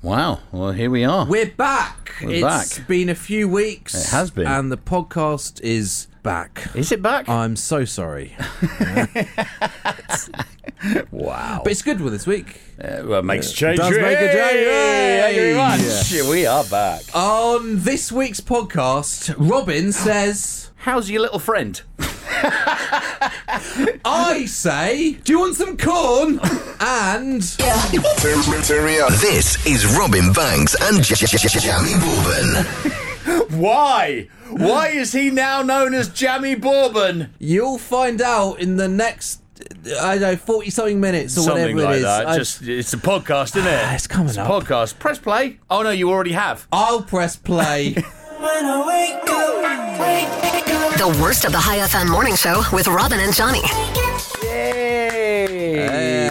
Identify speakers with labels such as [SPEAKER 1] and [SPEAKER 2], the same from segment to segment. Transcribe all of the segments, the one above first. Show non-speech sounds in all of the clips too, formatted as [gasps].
[SPEAKER 1] Wow. Well, here we are.
[SPEAKER 2] We're back.
[SPEAKER 1] We're
[SPEAKER 2] It's
[SPEAKER 1] back.
[SPEAKER 2] been a few weeks.
[SPEAKER 1] It has been.
[SPEAKER 2] And the podcast is back.
[SPEAKER 1] Is it back?
[SPEAKER 2] I'm
[SPEAKER 1] [laughs]
[SPEAKER 2] so sorry.
[SPEAKER 1] wow.
[SPEAKER 2] But it's good with this week.
[SPEAKER 1] Uh, well, it makes change.
[SPEAKER 2] does make a change.
[SPEAKER 1] Hey, thank you very much.
[SPEAKER 2] Yeah.
[SPEAKER 1] We are back.
[SPEAKER 2] On this week's podcast, Robin says,
[SPEAKER 1] How's your little friend?
[SPEAKER 2] I say, do you want some
[SPEAKER 1] [laughs]
[SPEAKER 2] corn? And
[SPEAKER 3] This is Robin Banks and J- J- J- J- Jamie Bourbon.
[SPEAKER 1] Why? Why is he now known as Jammy Bourbon?
[SPEAKER 2] you'll find out in the next, I don't know, 40 something minutes or
[SPEAKER 1] Something
[SPEAKER 2] whatever
[SPEAKER 1] like
[SPEAKER 2] it is.
[SPEAKER 1] that.
[SPEAKER 2] I-
[SPEAKER 1] Just it's a podcast, isn't it?
[SPEAKER 2] It's coming
[SPEAKER 1] it's a
[SPEAKER 2] up.
[SPEAKER 1] podcast. Press play. Oh no, you already have.
[SPEAKER 2] I'll press play.
[SPEAKER 1] [laughs]
[SPEAKER 4] The worst of the High FM morning show with Robin and Johnny.
[SPEAKER 1] Yay!
[SPEAKER 2] Yeah,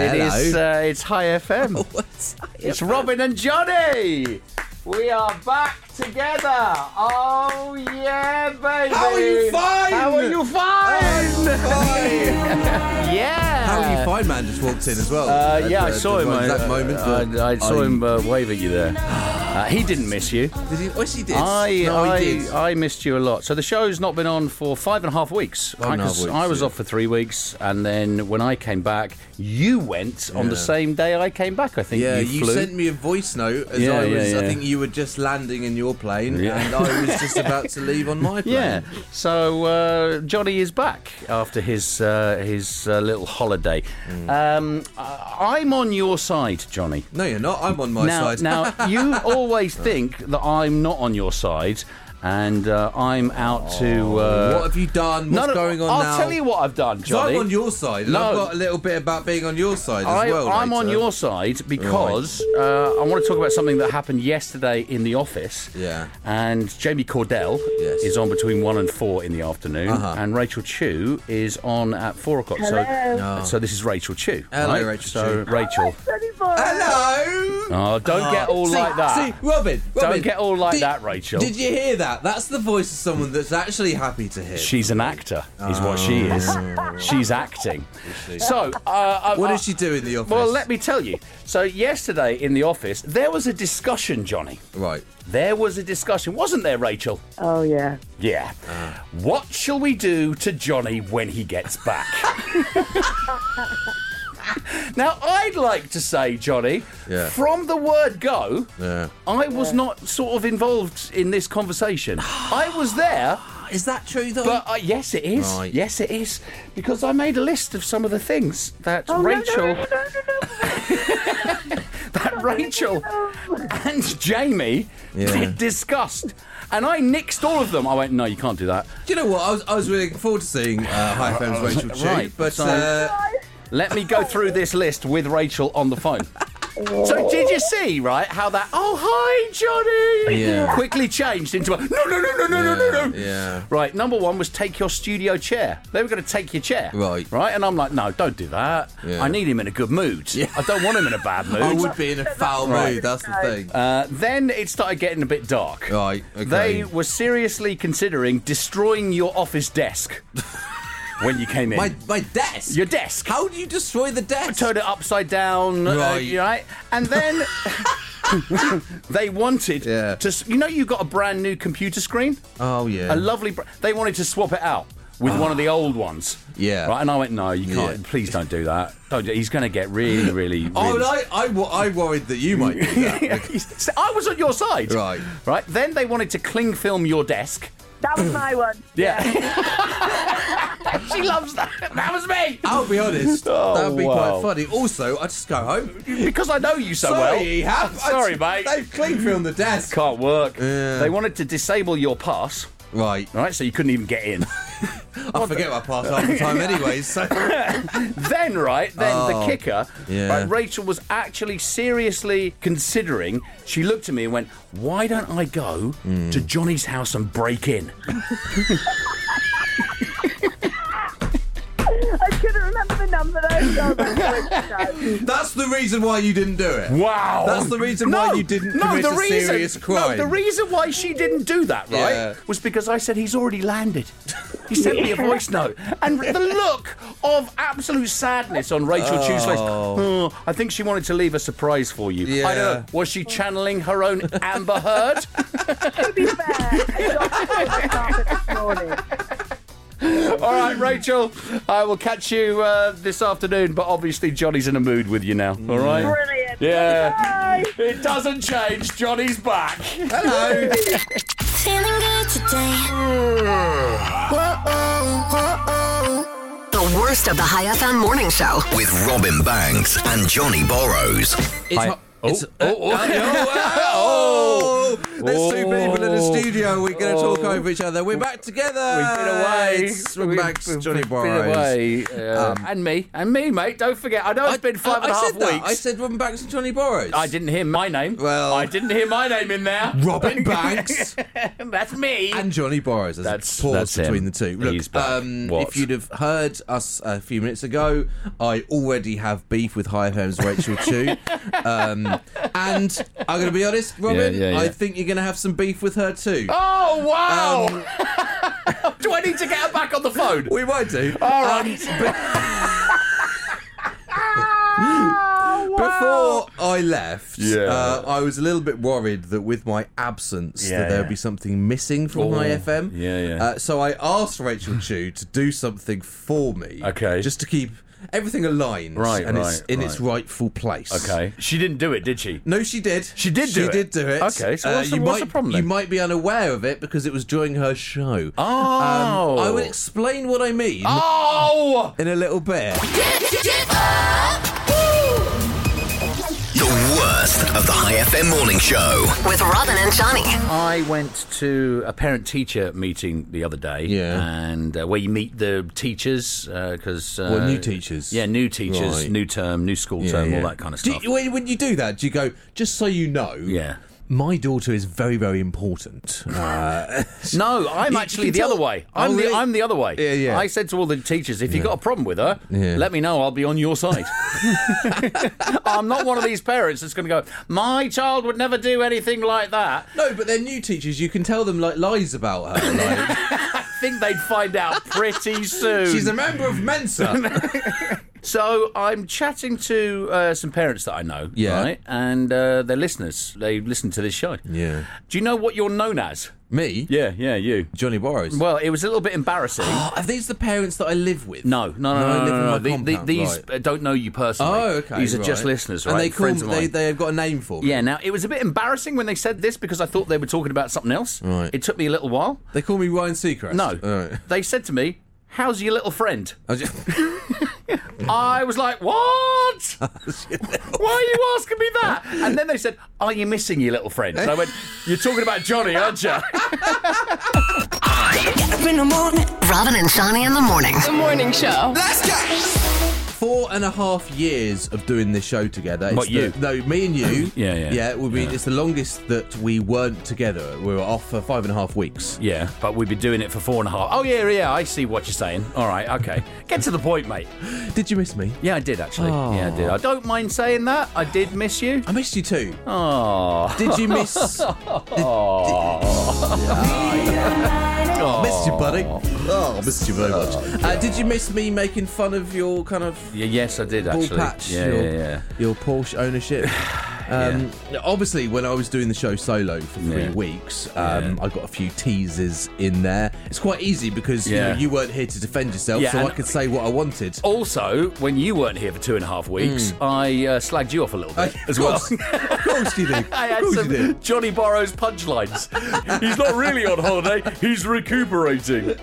[SPEAKER 1] Uh, It
[SPEAKER 2] hello.
[SPEAKER 1] is. Uh, it's High FM.
[SPEAKER 2] What's-
[SPEAKER 1] It's Robin and Johnny. We are back together. Oh yeah, baby.
[SPEAKER 2] How are you fine?
[SPEAKER 1] How are you fine? yeah.
[SPEAKER 2] How are you fine man just walked in as well.
[SPEAKER 1] Uh,
[SPEAKER 2] At
[SPEAKER 1] yeah, I
[SPEAKER 2] the-
[SPEAKER 1] saw
[SPEAKER 2] the
[SPEAKER 1] him.
[SPEAKER 2] right
[SPEAKER 1] I, uh,
[SPEAKER 2] exact moment. but
[SPEAKER 1] I, I saw
[SPEAKER 2] I-
[SPEAKER 1] him uh, wave at you there. Uh, he didn't miss you.
[SPEAKER 2] Did he? Oh, she did.
[SPEAKER 1] I,
[SPEAKER 2] no,
[SPEAKER 1] I,
[SPEAKER 2] he did.
[SPEAKER 1] I missed you a lot. So the show's not been on for five and a half weeks.
[SPEAKER 2] Five and a half
[SPEAKER 1] 'cause
[SPEAKER 2] weeks,
[SPEAKER 1] I was
[SPEAKER 2] yeah.
[SPEAKER 1] off for three weeks, and then when I came back, you went on the
[SPEAKER 2] Yeah.
[SPEAKER 1] same day I came back. I think
[SPEAKER 2] yeah,
[SPEAKER 1] you
[SPEAKER 2] you,
[SPEAKER 1] flew.
[SPEAKER 2] sent me a voice note as
[SPEAKER 1] Yeah,
[SPEAKER 2] I
[SPEAKER 1] yeah,
[SPEAKER 2] was.
[SPEAKER 1] yeah.
[SPEAKER 2] I think you were just landing in your plane,
[SPEAKER 1] Yeah.
[SPEAKER 2] and I was
[SPEAKER 1] [laughs]
[SPEAKER 2] just about to leave on my plane.
[SPEAKER 1] Yeah. So uh, Johnny is back after his uh, his uh, little holiday.
[SPEAKER 2] Mm.
[SPEAKER 1] Um, I- I'm on your side, Johnny.
[SPEAKER 2] No, you're not. I'm on my
[SPEAKER 1] now,
[SPEAKER 2] side.
[SPEAKER 1] now you always think that I'm not on your side, and uh, I'm out to. Uh,
[SPEAKER 2] [laughs] Oh, what have you done? What's
[SPEAKER 1] no, no,
[SPEAKER 2] going on
[SPEAKER 1] I'll
[SPEAKER 2] now?
[SPEAKER 1] tell you what I've done,
[SPEAKER 2] 'Cause
[SPEAKER 1] Johnny.
[SPEAKER 2] I'm on your side. and
[SPEAKER 1] No.
[SPEAKER 2] I've got a little bit about being on your side as
[SPEAKER 1] I,
[SPEAKER 2] well.
[SPEAKER 1] I'm
[SPEAKER 2] later.
[SPEAKER 1] on your side because uh, I want to talk about something that happened yesterday in the office.
[SPEAKER 2] Yeah.
[SPEAKER 1] And Jamie Cordell
[SPEAKER 2] Yes.
[SPEAKER 1] is on between one and four in the afternoon,
[SPEAKER 2] Uh-huh.
[SPEAKER 1] and Rachel Chu is on at four o'clock. So, so this is Rachel Chu.
[SPEAKER 2] Hello,
[SPEAKER 1] right?
[SPEAKER 2] Rachel
[SPEAKER 1] So
[SPEAKER 2] Chu.
[SPEAKER 1] Rachel. Uh, [laughs]
[SPEAKER 2] Hello.
[SPEAKER 1] Oh, don't get all
[SPEAKER 2] see,
[SPEAKER 1] like that.
[SPEAKER 2] See, Robin,
[SPEAKER 1] Don't
[SPEAKER 2] Robin,
[SPEAKER 1] get all like
[SPEAKER 2] did-
[SPEAKER 1] that, Rachel.
[SPEAKER 2] Did you hear that? That's the voice of someone that's actually happy to hear.
[SPEAKER 1] She's an actor, is what she
[SPEAKER 2] Ah.
[SPEAKER 1] is.
[SPEAKER 2] [laughs]
[SPEAKER 1] She's acting. So, uh, I-
[SPEAKER 2] what
[SPEAKER 1] I-
[SPEAKER 2] does she do in the office?
[SPEAKER 1] Well, let me tell you. So, yesterday in the office, there was a discussion, Johnny.
[SPEAKER 2] Right.
[SPEAKER 1] There was a discussion, wasn't there, Rachel?
[SPEAKER 5] Oh yeah.
[SPEAKER 1] Yeah.
[SPEAKER 2] Uh.
[SPEAKER 1] What shall we do to Johnny when he gets
[SPEAKER 5] [laughs]
[SPEAKER 1] back? now, I'd like to say, Johnny,
[SPEAKER 2] Yeah.
[SPEAKER 1] from the word go,
[SPEAKER 2] Yeah.
[SPEAKER 1] I was not sort of involved in this conversation. I was there.
[SPEAKER 2] Is that true though?
[SPEAKER 1] But uh, yes, it is.
[SPEAKER 2] Right.
[SPEAKER 1] Yes, it is. Because I made a list of some of the things that
[SPEAKER 5] Oh, no, no,
[SPEAKER 1] Rachel,
[SPEAKER 5] no, no, no, no.
[SPEAKER 1] [laughs] that Rachel, and Jamie
[SPEAKER 2] Yeah.
[SPEAKER 1] did discussed, and I nixed all of them. I went, no, you can't do that.
[SPEAKER 2] Do you know what? I was, I was really looking forward to seeing uh, High Femmes Rachel Chu,
[SPEAKER 1] Right,
[SPEAKER 2] but
[SPEAKER 1] so-
[SPEAKER 2] uh,
[SPEAKER 1] Let me go through this list with Rachel on the phone. So did you see right how that? Oh hi Johnny!
[SPEAKER 2] Yeah.
[SPEAKER 1] Quickly changed into a no no no no no no no no.
[SPEAKER 2] yeah,
[SPEAKER 1] Right, number one was take your studio chair. They were going to take your chair.
[SPEAKER 2] Right.
[SPEAKER 1] Right, and I'm like, no, don't do that.
[SPEAKER 2] Yeah.
[SPEAKER 1] I need him in a good mood.
[SPEAKER 2] Yeah.
[SPEAKER 1] I don't want him in a bad mood.
[SPEAKER 2] [laughs] I would be in a foul mood. That's the thing.
[SPEAKER 1] Uh, then it started getting a bit dark.
[SPEAKER 2] Right, Oh, okay.
[SPEAKER 1] They were seriously considering destroying your office
[SPEAKER 2] [laughs]
[SPEAKER 1] desk when you came in.
[SPEAKER 2] my my desk.
[SPEAKER 1] Your desk.
[SPEAKER 2] How do you destroy the desk?
[SPEAKER 1] Turn it upside down, uh,
[SPEAKER 2] Right.
[SPEAKER 1] you know, right? And
[SPEAKER 2] [laughs]
[SPEAKER 1] then [laughs] they wanted
[SPEAKER 2] Yeah.
[SPEAKER 1] to. s- You know, you got a brand new computer screen,
[SPEAKER 2] oh
[SPEAKER 1] a
[SPEAKER 2] yeah.
[SPEAKER 1] lovely. Br- they wanted to swap it out with one of the old ones.
[SPEAKER 2] Yeah.
[SPEAKER 1] Right, and I went, no, you can't.
[SPEAKER 2] Yeah.
[SPEAKER 1] Please don't do that. Don't. Do- he's going to get really,
[SPEAKER 2] [laughs]
[SPEAKER 1] really. really
[SPEAKER 2] Oh,
[SPEAKER 1] [laughs]
[SPEAKER 2] and I, I, wo- I worried that you might do that.
[SPEAKER 1] So I was on your side.
[SPEAKER 2] Right.
[SPEAKER 1] Right. Then they wanted to cling film your desk.
[SPEAKER 5] That was my one.
[SPEAKER 1] [clears throat] Yeah. [laughs] she loves that. That was me.
[SPEAKER 2] I'll be honest,
[SPEAKER 1] Oh,
[SPEAKER 2] that would be
[SPEAKER 1] wow.
[SPEAKER 2] quite funny. Also, I just go home.
[SPEAKER 1] Because I know you so
[SPEAKER 2] Sorry,
[SPEAKER 1] well.
[SPEAKER 2] Hap, I
[SPEAKER 1] Sorry,
[SPEAKER 2] [laughs] just-
[SPEAKER 1] mate.
[SPEAKER 2] They've clean filmed the desk.
[SPEAKER 1] Can't work.
[SPEAKER 2] Yeah.
[SPEAKER 1] They wanted to disable your pass,
[SPEAKER 2] Right,
[SPEAKER 1] right? So you couldn't even get in.
[SPEAKER 2] I forget my part
[SPEAKER 1] [laughs]
[SPEAKER 2] half the time anyway, so...
[SPEAKER 1] then, right? Then the
[SPEAKER 2] Oh,
[SPEAKER 1] kicker.
[SPEAKER 2] yeah.
[SPEAKER 1] Right, Rachel was actually seriously considering. She looked at me and went, "Why don't I go to
[SPEAKER 2] Hmm.
[SPEAKER 1] Johnny's house and break in?"
[SPEAKER 5] I couldn't remember the number though. So I was like,
[SPEAKER 1] [laughs]
[SPEAKER 5] "Oh, no."
[SPEAKER 2] That's the reason why you didn't do it.
[SPEAKER 1] Wow.
[SPEAKER 2] That's the reason
[SPEAKER 1] no,
[SPEAKER 2] why you didn't
[SPEAKER 1] no,
[SPEAKER 2] commit
[SPEAKER 1] the
[SPEAKER 2] a
[SPEAKER 1] reason,
[SPEAKER 2] serious crime.
[SPEAKER 1] No, the reason why she didn't do that, right,
[SPEAKER 2] Yeah.
[SPEAKER 1] was because I said he's already landed. He sent me a voice note, and the look of absolute sadness on Rachel oh. Tuesday's. Oh, I think she wanted to leave a surprise for you. I don't know.
[SPEAKER 2] Yeah.
[SPEAKER 1] Was she channeling her own Amber Heard?
[SPEAKER 5] To be fair, I got the carpet this morning.
[SPEAKER 1] All right, Rachel. I will catch you uh, this afternoon. But obviously, Johnny's in a mood with you now. All right.
[SPEAKER 5] Brilliant.
[SPEAKER 1] Yeah.
[SPEAKER 5] Bye.
[SPEAKER 1] It doesn't change. Johnny's back. Hello.
[SPEAKER 6] Feeling good today.
[SPEAKER 4] The worst of the High FM morning show.
[SPEAKER 3] With Robin Banks and Johnny Borrows.
[SPEAKER 2] It's
[SPEAKER 1] Hi.
[SPEAKER 2] hot.
[SPEAKER 1] Oh,
[SPEAKER 2] It's,
[SPEAKER 1] oh,
[SPEAKER 2] uh,
[SPEAKER 1] oh.
[SPEAKER 2] uh,
[SPEAKER 1] [laughs]
[SPEAKER 2] oh, oh. There's two people in the
[SPEAKER 1] Oh.
[SPEAKER 2] studio. We're going to talk over each other. We're back together.
[SPEAKER 1] We've been away.
[SPEAKER 2] It's Robin
[SPEAKER 1] We've-
[SPEAKER 2] Banks,
[SPEAKER 1] we've
[SPEAKER 2] Johnny
[SPEAKER 1] been
[SPEAKER 2] Borrows.
[SPEAKER 1] away. Uh, and me. And me, mate. Don't forget. I know it's been five
[SPEAKER 2] I,
[SPEAKER 1] and a
[SPEAKER 2] I
[SPEAKER 1] half
[SPEAKER 2] said that.
[SPEAKER 1] weeks.
[SPEAKER 2] I said Robin Banks and Johnny Borrows.
[SPEAKER 1] I didn't hear my name.
[SPEAKER 2] Well-
[SPEAKER 1] I didn't hear my name in there.
[SPEAKER 2] Robin Banks
[SPEAKER 1] [laughs] That's me.
[SPEAKER 2] and Johnny Borrows. There's
[SPEAKER 1] That's-
[SPEAKER 2] a pause
[SPEAKER 1] that's him.
[SPEAKER 2] between the two. Look,
[SPEAKER 1] He's back.
[SPEAKER 2] Um,
[SPEAKER 1] What?
[SPEAKER 2] if you'd have heard us a few minutes ago, I already have beef with High FM's
[SPEAKER 1] [laughs]
[SPEAKER 2] Rachel Chu. Um, and I'm going to be honest, Robin,
[SPEAKER 1] yeah,
[SPEAKER 2] I
[SPEAKER 1] yeah.
[SPEAKER 2] think you're going to have some beef with her too.
[SPEAKER 1] oh wow!
[SPEAKER 2] Um,
[SPEAKER 1] [laughs] Do I need to get her back on the
[SPEAKER 2] [laughs]
[SPEAKER 1] phone?
[SPEAKER 2] we might do.
[SPEAKER 1] All right.
[SPEAKER 2] Um,
[SPEAKER 1] [laughs]
[SPEAKER 2] Before I left,
[SPEAKER 1] Yeah.
[SPEAKER 2] uh, I was a little bit worried that with my absence
[SPEAKER 1] Yeah,
[SPEAKER 2] that there would
[SPEAKER 1] yeah. Oh.
[SPEAKER 2] be something missing from my FM.
[SPEAKER 1] yeah, yeah.
[SPEAKER 2] Uh, so I asked Rachel Chu to do something for me.
[SPEAKER 1] Okay.
[SPEAKER 2] Just to keep everything aligned
[SPEAKER 1] Right,
[SPEAKER 2] and it's
[SPEAKER 1] right,
[SPEAKER 2] in its rightful place.
[SPEAKER 1] okay. She didn't do it, did she?
[SPEAKER 2] No, she did.
[SPEAKER 1] She did
[SPEAKER 2] She
[SPEAKER 1] do it?
[SPEAKER 2] did do it. Uh,
[SPEAKER 1] Okay, so what's the-
[SPEAKER 2] you
[SPEAKER 1] what's
[SPEAKER 2] might,
[SPEAKER 1] the problem
[SPEAKER 2] You
[SPEAKER 1] then?
[SPEAKER 2] might be unaware of it because it was during her show.
[SPEAKER 1] Oh.
[SPEAKER 2] Um, I will explain what I mean
[SPEAKER 1] Oh.
[SPEAKER 2] in a little bit.
[SPEAKER 3] The worst of the High FM morning show.
[SPEAKER 4] With Robin and Johnny.
[SPEAKER 1] I went to a parent-teacher meeting the other day,
[SPEAKER 2] Yeah.
[SPEAKER 1] and uh, where you meet the teachers because uh,
[SPEAKER 2] Well, new teachers.
[SPEAKER 1] yeah, new teachers,
[SPEAKER 2] Right.
[SPEAKER 1] new term, new school term, all that kind of
[SPEAKER 2] Do
[SPEAKER 1] stuff.
[SPEAKER 2] you- when, when you do that, do you go, just so you know,
[SPEAKER 1] yeah.
[SPEAKER 2] my daughter is very, very important.
[SPEAKER 1] [laughs]
[SPEAKER 2] Uh,
[SPEAKER 1] No, I'm
[SPEAKER 2] You-
[SPEAKER 1] actually
[SPEAKER 2] you
[SPEAKER 1] the
[SPEAKER 2] can
[SPEAKER 1] other
[SPEAKER 2] tell-
[SPEAKER 1] way. I'm
[SPEAKER 2] Oh,
[SPEAKER 1] the
[SPEAKER 2] really?
[SPEAKER 1] I'm the other way.
[SPEAKER 2] Yeah, yeah.
[SPEAKER 1] I said to all the teachers, if you've got a problem with her,
[SPEAKER 2] Yeah.
[SPEAKER 1] let me know. I'll be on your side. [laughs] I'm not one of these parents that's going to go. My child would never do anything like that.
[SPEAKER 2] no, but they're new teachers. You can tell them like lies about
[SPEAKER 1] [laughs]
[SPEAKER 2] her. Like,
[SPEAKER 1] I think they'd find
[SPEAKER 2] [laughs]
[SPEAKER 1] out pretty soon.
[SPEAKER 2] She's a member of
[SPEAKER 1] [laughs]
[SPEAKER 2] Mensa.
[SPEAKER 1] So I'm chatting to uh, some parents that I know,
[SPEAKER 2] Yeah.
[SPEAKER 1] right? And uh, they're listeners. They listen to this show.
[SPEAKER 2] yeah.
[SPEAKER 1] Do you know what you're known as?
[SPEAKER 2] Me,
[SPEAKER 1] Yeah, yeah, you.
[SPEAKER 2] Johnny Borrows.
[SPEAKER 1] Well, it was a little bit
[SPEAKER 2] [gasps]
[SPEAKER 1] embarrassing.
[SPEAKER 2] Oh, are these the parents that I live with?
[SPEAKER 1] No, no, no,
[SPEAKER 2] I
[SPEAKER 1] no, no,
[SPEAKER 2] live in
[SPEAKER 1] no,
[SPEAKER 2] my
[SPEAKER 1] The- the-
[SPEAKER 2] compound,
[SPEAKER 1] these
[SPEAKER 2] right.
[SPEAKER 1] uh, don't know you personally.
[SPEAKER 2] Oh, okay.
[SPEAKER 1] These are just
[SPEAKER 2] right.
[SPEAKER 1] listeners, right?
[SPEAKER 2] And they call
[SPEAKER 1] Friends
[SPEAKER 2] me,
[SPEAKER 1] of
[SPEAKER 2] they,
[SPEAKER 1] mine.
[SPEAKER 2] they have got a name for me.
[SPEAKER 1] Yeah. Now it was a bit embarrassing when they said this because I thought they were talking about something else.
[SPEAKER 2] Right.
[SPEAKER 1] It took me a little while.
[SPEAKER 2] They call me Ryan Seacrest.
[SPEAKER 1] No,
[SPEAKER 2] Alright.
[SPEAKER 1] they said to me, "How's your little friend?"
[SPEAKER 2] [laughs] I just-
[SPEAKER 1] I was like, "What?
[SPEAKER 2] [laughs]
[SPEAKER 1] [laughs] Why are you asking me that?" And then they said, "Are you missing your little friend?" And I went, "You're talking about Johnny, aren't you?"
[SPEAKER 4] Robin and Johnny in the morning.
[SPEAKER 7] The morning show.
[SPEAKER 2] four and a half years of doing this show together. It's
[SPEAKER 1] What, you?
[SPEAKER 2] The, no, me and you.
[SPEAKER 1] [laughs] Yeah, yeah.
[SPEAKER 2] Yeah, it would be. It's the longest that we weren't together. We were off for five and a half weeks.
[SPEAKER 1] [laughs] Yeah, but we've been doing it for four and a half. Oh yeah, yeah. I see what you're saying. All right, okay. Get to the point, mate.
[SPEAKER 2] Did you miss me?
[SPEAKER 1] Yeah, I did actually.
[SPEAKER 2] Oh.
[SPEAKER 1] Yeah, I did. I don't mind saying that. I did miss you.
[SPEAKER 2] I missed you too.
[SPEAKER 1] Oh,
[SPEAKER 2] Did you
[SPEAKER 1] [laughs]
[SPEAKER 2] miss? did, did- missed you, buddy. Oh, I missed you very much. uh, did you miss me making fun of your kind of
[SPEAKER 1] yeah, yes, I did
[SPEAKER 2] ball
[SPEAKER 1] actually.
[SPEAKER 2] patch,
[SPEAKER 1] yeah,
[SPEAKER 2] your,
[SPEAKER 1] yeah, yeah.
[SPEAKER 2] your Porsche
[SPEAKER 1] [sighs]
[SPEAKER 2] ownership. Um, Obviously, when I was doing the show solo for three
[SPEAKER 1] Yeah.
[SPEAKER 2] weeks, um, I got a few teases in there. It's quite easy because you,
[SPEAKER 1] Yeah.
[SPEAKER 2] know, you weren't here to defend yourself,
[SPEAKER 1] Yeah,
[SPEAKER 2] so I
[SPEAKER 1] and-
[SPEAKER 2] could say what I wanted.
[SPEAKER 1] Also, when you weren't here for two and a half weeks, I uh, slagged you off a little bit [laughs] as well.
[SPEAKER 2] Hmm. Of course, [laughs] of course you did.
[SPEAKER 1] [laughs] I
[SPEAKER 2] of
[SPEAKER 1] had
[SPEAKER 2] course you
[SPEAKER 1] some
[SPEAKER 2] did.
[SPEAKER 1] Johnny Borrows punchlines. he's not really on holiday, he's recuperating.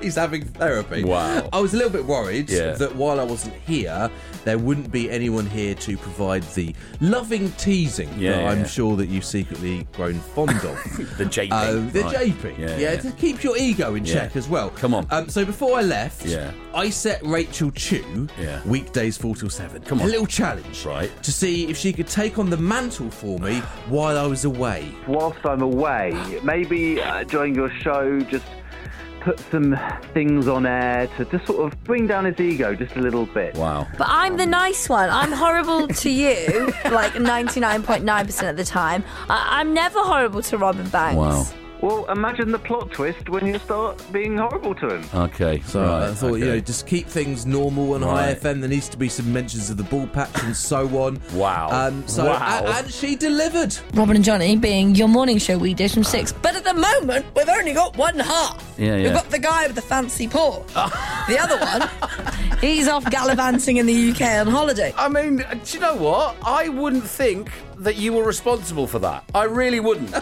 [SPEAKER 2] He's having therapy.
[SPEAKER 1] Wow.
[SPEAKER 2] I was a little bit worried
[SPEAKER 1] Yeah.
[SPEAKER 2] that while I wasn't here, there wouldn't be anyone here to provide the loving teasing
[SPEAKER 1] Yeah,
[SPEAKER 2] that
[SPEAKER 1] yeah,
[SPEAKER 2] I'm
[SPEAKER 1] yeah.
[SPEAKER 2] sure that you've secretly grown fond
[SPEAKER 1] [laughs]
[SPEAKER 2] of.
[SPEAKER 1] The JP.
[SPEAKER 2] Oh, the
[SPEAKER 1] right.
[SPEAKER 2] JP. Yeah,
[SPEAKER 1] Yeah, yeah.
[SPEAKER 2] to keep your ego in check as well.
[SPEAKER 1] Come on.
[SPEAKER 2] Um, so before I left,
[SPEAKER 1] Yeah.
[SPEAKER 2] I set Rachel Chu
[SPEAKER 1] Yeah.
[SPEAKER 2] weekdays four till seven.
[SPEAKER 1] Come on.
[SPEAKER 2] a little challenge,
[SPEAKER 1] Right.
[SPEAKER 2] To see if she could take on the mantle for me while I was away.
[SPEAKER 8] whilst I'm away, maybe uh, during your show, just put some things on air to just sort of bring down his ego just a little bit.
[SPEAKER 1] Wow.
[SPEAKER 7] But I'm the nice one. I'm horrible to you, like 99.9% of the time. I- I'm never horrible to Robin Banks.
[SPEAKER 1] Wow.
[SPEAKER 8] Well, imagine the plot twist when you start being horrible to him.
[SPEAKER 1] Okay, so
[SPEAKER 2] I thought, you know, just keep things normal on High
[SPEAKER 1] Right.
[SPEAKER 2] FM. There needs to be some mentions of the ball patch and so on.
[SPEAKER 1] Wow.
[SPEAKER 2] Um, so,
[SPEAKER 1] Wow.
[SPEAKER 2] a- and she delivered.
[SPEAKER 9] Robin and Johnny being your morning show weekdays from six. But at the moment, we've only got one half.
[SPEAKER 1] Yeah, yeah.
[SPEAKER 9] We've got the guy with the fancy
[SPEAKER 1] [laughs]
[SPEAKER 9] paw. the other one, he's off gallivanting in the UK on holiday.
[SPEAKER 1] I mean, uh, do you know what? I wouldn't think that you were responsible for that. I really
[SPEAKER 2] [laughs]
[SPEAKER 1] wouldn't.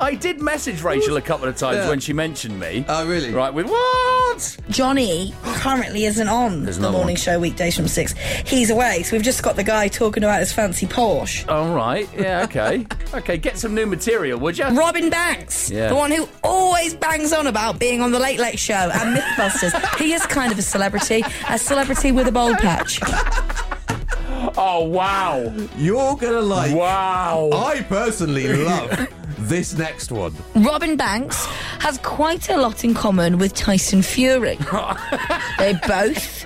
[SPEAKER 1] I did message Rachel a couple of times
[SPEAKER 2] Yeah.
[SPEAKER 1] when she mentioned me.
[SPEAKER 2] Oh, really?
[SPEAKER 1] Right, with what?
[SPEAKER 9] Johnny currently isn't on the
[SPEAKER 1] another
[SPEAKER 9] morning
[SPEAKER 1] one.
[SPEAKER 9] show weekdays from six. He's away, so we've just got the guy talking about his fancy Porsche.
[SPEAKER 1] All right, yeah,
[SPEAKER 2] [laughs]
[SPEAKER 1] okay. okay, get some new material, would you?
[SPEAKER 9] Robin Banks,
[SPEAKER 1] Yeah.
[SPEAKER 9] the one who always bangs on about being on the Late Late Show and Mythbusters. he is kind of a celebrity, a celebrity with a bold patch.
[SPEAKER 1] Oh, wow.
[SPEAKER 2] You're going to like.
[SPEAKER 1] Wow.
[SPEAKER 2] I
[SPEAKER 1] [laughs]
[SPEAKER 2] personally love this next one.
[SPEAKER 9] Robin Banks has quite a lot in common with Tyson Fury. they both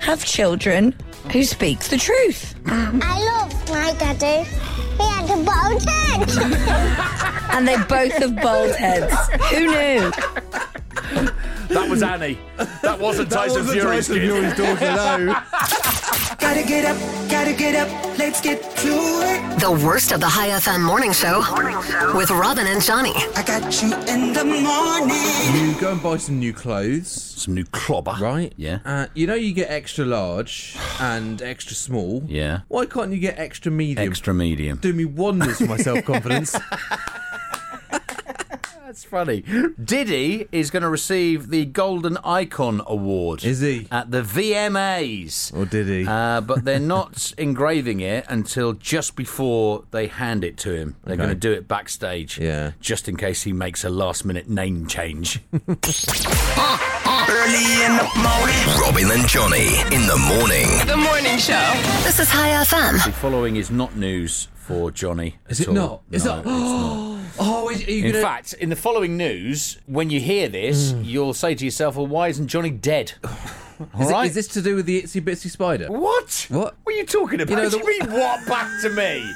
[SPEAKER 9] have children who speak the truth.
[SPEAKER 6] I love my daddy. He had a bald head.
[SPEAKER 9] [laughs] And they both have bald heads. Who knew?
[SPEAKER 1] That was
[SPEAKER 2] [laughs]
[SPEAKER 1] Annie. That wasn't
[SPEAKER 2] That
[SPEAKER 1] Tyson
[SPEAKER 2] wasn't
[SPEAKER 1] Fury's
[SPEAKER 2] Tyson
[SPEAKER 1] kid.
[SPEAKER 2] Fury's daughter, no.
[SPEAKER 10] Gotta get up, gotta get up, let's get to it.
[SPEAKER 4] The worst of the High FM morning show with Robin and Johnny.
[SPEAKER 10] I got you in
[SPEAKER 1] [laughs]
[SPEAKER 10] the morning.
[SPEAKER 2] You go and buy some new clothes,
[SPEAKER 1] Some new clobber.
[SPEAKER 2] right?
[SPEAKER 1] Yeah.
[SPEAKER 2] Uh, you know you get extra large and extra small.
[SPEAKER 1] Yeah.
[SPEAKER 2] Why can't you get extra medium?
[SPEAKER 1] Extra medium.
[SPEAKER 2] Do me wonders for my
[SPEAKER 1] [laughs]
[SPEAKER 2] self confidence.
[SPEAKER 1] That's funny. Diddy is going to receive the Golden Icon Award.
[SPEAKER 2] Is he?
[SPEAKER 1] At the VMAs.
[SPEAKER 2] or did he?
[SPEAKER 1] Uh, but they're not [laughs] engraving it until just before they hand it to him. They're
[SPEAKER 2] Okay.
[SPEAKER 1] going to do it backstage,
[SPEAKER 2] Yeah.
[SPEAKER 1] just in case he makes a last-minute name
[SPEAKER 2] [laughs]
[SPEAKER 1] change.
[SPEAKER 10] Early in the morning.
[SPEAKER 3] Robin and Johnny in the morning.
[SPEAKER 5] The morning show.
[SPEAKER 4] This is High FM.
[SPEAKER 1] the following is not news for Johnny.
[SPEAKER 2] Is
[SPEAKER 1] at
[SPEAKER 2] it
[SPEAKER 1] all.
[SPEAKER 2] not? Is
[SPEAKER 1] No,
[SPEAKER 2] it-
[SPEAKER 1] it's not.
[SPEAKER 2] [gasps] oh, is, are you
[SPEAKER 1] In
[SPEAKER 2] gonna?
[SPEAKER 1] fact, in the following news, when you hear this,
[SPEAKER 2] Mm.
[SPEAKER 1] you'll say to yourself, "Well, why isn't Johnny dead?"
[SPEAKER 2] [sighs] is,
[SPEAKER 1] All
[SPEAKER 2] it-
[SPEAKER 1] right.
[SPEAKER 2] is this to do with the itsy bitsy spider?
[SPEAKER 1] What?
[SPEAKER 2] What?
[SPEAKER 1] What are you talking about?
[SPEAKER 2] You
[SPEAKER 1] You,
[SPEAKER 2] know, the-
[SPEAKER 1] you mean what back to me?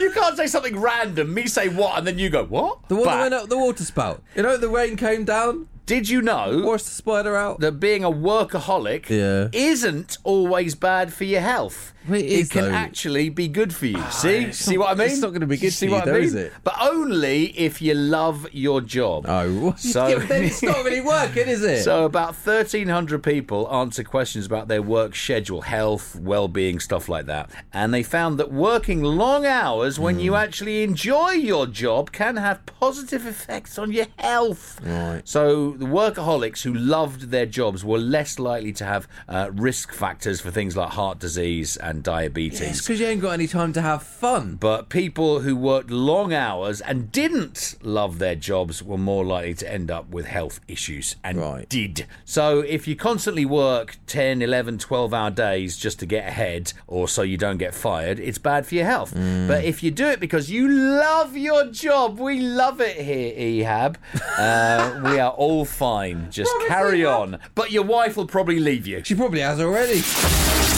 [SPEAKER 1] You can't say something random, me say what, and then you go, what?
[SPEAKER 2] The one
[SPEAKER 1] Back.
[SPEAKER 2] that went up the water spout. You know, the rain came down,
[SPEAKER 1] Did you know
[SPEAKER 2] forced the spider out.
[SPEAKER 1] that being a workaholic
[SPEAKER 2] Yeah.
[SPEAKER 1] isn't always bad for your health?
[SPEAKER 2] Well, it is,
[SPEAKER 1] can
[SPEAKER 2] though. Ah,
[SPEAKER 1] actually be good for you. See?
[SPEAKER 2] it's
[SPEAKER 1] See
[SPEAKER 2] not-
[SPEAKER 1] what I mean?
[SPEAKER 2] it's not gonna be good
[SPEAKER 1] See
[SPEAKER 2] for you
[SPEAKER 1] what I
[SPEAKER 2] though,
[SPEAKER 1] mean?
[SPEAKER 2] is it?
[SPEAKER 1] But only if you love your job. [laughs]
[SPEAKER 2] Oh,
[SPEAKER 1] So-
[SPEAKER 2] [laughs]
[SPEAKER 1] [laughs]
[SPEAKER 2] Yeah, but then it's not really working, is it?
[SPEAKER 1] So about 1,300 people answered questions about their work schedule, health, well-being, stuff like that. And they found that working long hours when you actually enjoy your job can have positive effects on your health. Right. So the workaholics who loved their jobs were less likely to have uh, risk factors for things like heart disease and diabetes.
[SPEAKER 2] it's because you ain't got any time to have fun.
[SPEAKER 1] But people who worked long hours and didn't love their jobs were more likely to end up with health issues and
[SPEAKER 2] Right.
[SPEAKER 1] did. So if you constantly work 10, 11, 12 hour days just to get ahead or so you don't get fired, it's bad for your health.
[SPEAKER 2] Mm.
[SPEAKER 1] But if you do it because you love your job, we love it here, Ehab,
[SPEAKER 2] [laughs]
[SPEAKER 1] uh, we are all fine. Just carry on. But your wife will probably leave you.
[SPEAKER 2] She probably has already.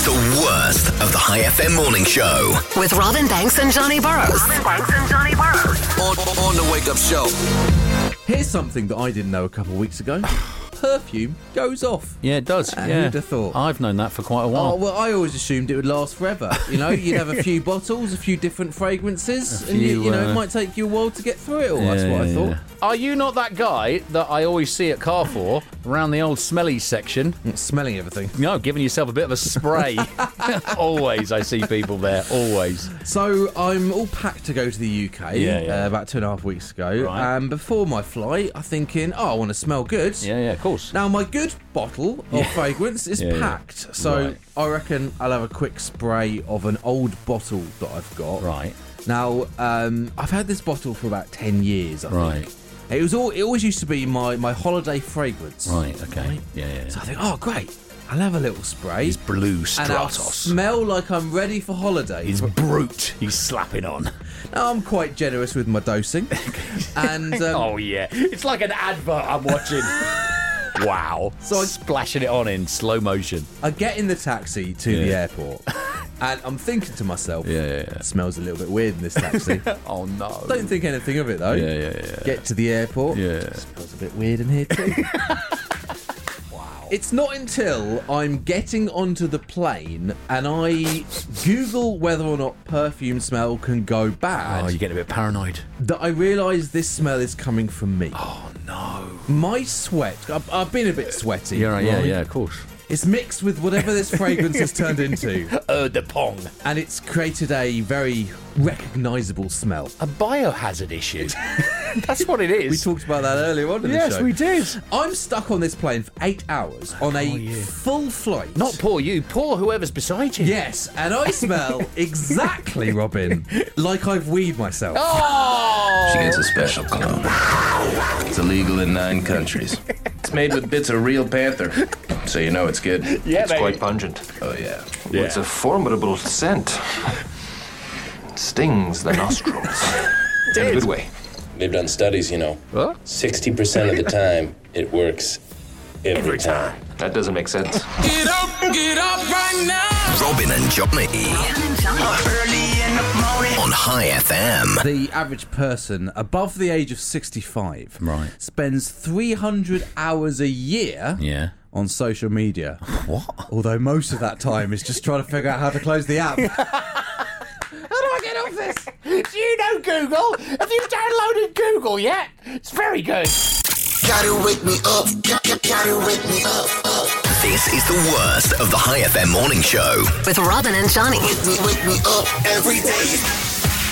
[SPEAKER 3] The worst of the High FM morning show.
[SPEAKER 4] With Robin Banks and Johnny Burrows.
[SPEAKER 3] On, on the wake up show.
[SPEAKER 2] Here's something that I didn't know a couple of
[SPEAKER 1] [sighs]
[SPEAKER 2] weeks ago. Perfume goes off.
[SPEAKER 1] Yeah, it does.
[SPEAKER 2] Uh, yeah. who'd have thought?
[SPEAKER 1] I've known that for quite a while.
[SPEAKER 2] Oh well, I always assumed it would last forever. You know, you'd have
[SPEAKER 1] [laughs]
[SPEAKER 2] a few bottles, a few different fragrances, and you,
[SPEAKER 1] few,
[SPEAKER 2] you know, it
[SPEAKER 1] uh,
[SPEAKER 2] might take you a while to get through it all. That's
[SPEAKER 1] Yeah,
[SPEAKER 2] what I
[SPEAKER 1] yeah,
[SPEAKER 2] thought.
[SPEAKER 1] yeah. Are you not that guy that I always see at Carrefour around the old smelly section?
[SPEAKER 2] Smelling everything.
[SPEAKER 1] No, giving yourself a bit of a [laughs] spray. always, I see people there. Always.
[SPEAKER 2] So I'm all packed to go to the UK
[SPEAKER 1] Yeah, yeah.
[SPEAKER 2] Uh, about two and a half weeks ago.
[SPEAKER 1] Right.
[SPEAKER 2] And before my flight, I'm thinking, oh, I want to smell good.
[SPEAKER 1] Yeah, yeah, of course.
[SPEAKER 2] Now my good bottle of fragrance
[SPEAKER 1] [laughs]
[SPEAKER 2] is
[SPEAKER 1] Yeah, yeah.
[SPEAKER 2] packed, so
[SPEAKER 1] Right.
[SPEAKER 2] I reckon I'll have a quick spray of an old bottle that I've got.
[SPEAKER 1] Right.
[SPEAKER 2] Now um, I've had this bottle for about ten years. I
[SPEAKER 1] Right.
[SPEAKER 2] Think. It was all. It always used to be my my holiday fragrance.
[SPEAKER 1] Right. Okay. Yeah, yeah.
[SPEAKER 2] So I think, oh great, I'll have a little spray.
[SPEAKER 1] He's blue
[SPEAKER 2] and I'll
[SPEAKER 1] Stratos.
[SPEAKER 2] smell like I'm ready for holiday.
[SPEAKER 1] He's brute. He's slapping on.
[SPEAKER 2] Now, I'm quite generous with
[SPEAKER 1] [laughs]
[SPEAKER 2] my dosing, and um,
[SPEAKER 1] Oh yeah, it's like an advert I'm [laughs] watching. wow.
[SPEAKER 2] So I-
[SPEAKER 1] splashing it on in slow motion.
[SPEAKER 2] I get in the taxi to the
[SPEAKER 1] Yeah.
[SPEAKER 2] airport And I'm thinking to myself,
[SPEAKER 1] Yeah, yeah, yeah.
[SPEAKER 2] smells a little bit weird in
[SPEAKER 1] [laughs]
[SPEAKER 2] this taxi.
[SPEAKER 1] Oh no.
[SPEAKER 2] Don't think anything of it though.
[SPEAKER 1] Yeah, yeah, yeah.
[SPEAKER 2] Get to the airport.
[SPEAKER 1] Yeah.
[SPEAKER 2] Smells a bit weird in
[SPEAKER 1] [laughs]
[SPEAKER 2] here too. wow. It's not until I'm getting onto the plane and I Google whether or not perfume smell can go bad
[SPEAKER 1] Oh, you get a bit paranoid.
[SPEAKER 2] that I realise this smell is coming from me.
[SPEAKER 1] Oh no.
[SPEAKER 2] My sweat, I've, I've been a bit sweaty.
[SPEAKER 1] Yeah, right, yeah,
[SPEAKER 2] right?
[SPEAKER 1] yeah, of course.
[SPEAKER 2] It's mixed with whatever this fragrance has turned into,
[SPEAKER 1] Uh, the pong.
[SPEAKER 2] and it's created a very recognisable smell.
[SPEAKER 1] A biohazard
[SPEAKER 2] [laughs]
[SPEAKER 1] issue. That's what it is.
[SPEAKER 2] We talked about that earlier on in the
[SPEAKER 1] yes,
[SPEAKER 2] show.
[SPEAKER 1] we did. Oh,
[SPEAKER 2] I'm stuck on this plane for eight hours on a full flight.
[SPEAKER 1] Not poor you, poor whoever's beside you.
[SPEAKER 2] Yes, and
[SPEAKER 1] [laughs]
[SPEAKER 2] I smell exactly, Robin, like I've weed myself.
[SPEAKER 1] Oh!
[SPEAKER 11] She gets a special cologne. It's illegal in nine countries. It's made with bits of real panther, so you know it's good.
[SPEAKER 1] Yeah,
[SPEAKER 11] it's
[SPEAKER 1] baby.
[SPEAKER 11] quite pungent. Oh yeah.
[SPEAKER 1] Yeah.
[SPEAKER 11] It's a formidable scent. It stings the [laughs] nostrils. In a good way. They've done studies, you know. Sixty percent of the time, it works every, time. That doesn't make sense.
[SPEAKER 3] Robin and Johnny
[SPEAKER 10] Early in the morning.
[SPEAKER 3] on High FM.
[SPEAKER 2] The average person above the age of 65
[SPEAKER 1] Right.
[SPEAKER 2] spends 300 hours a year
[SPEAKER 1] Yeah.
[SPEAKER 2] on social media.
[SPEAKER 1] [laughs] What?
[SPEAKER 2] Although most of that time is just trying to figure out how to close
[SPEAKER 1] [laughs]
[SPEAKER 2] the app.
[SPEAKER 1] How do I get off this? Do you know Google? Have you downloaded Google yet? It's very good.
[SPEAKER 3] Gotta wake me up. Gotta wake me up. This is the worst of the High FM morning show.
[SPEAKER 4] with Robin and Johnny.
[SPEAKER 3] me, wake me up every day.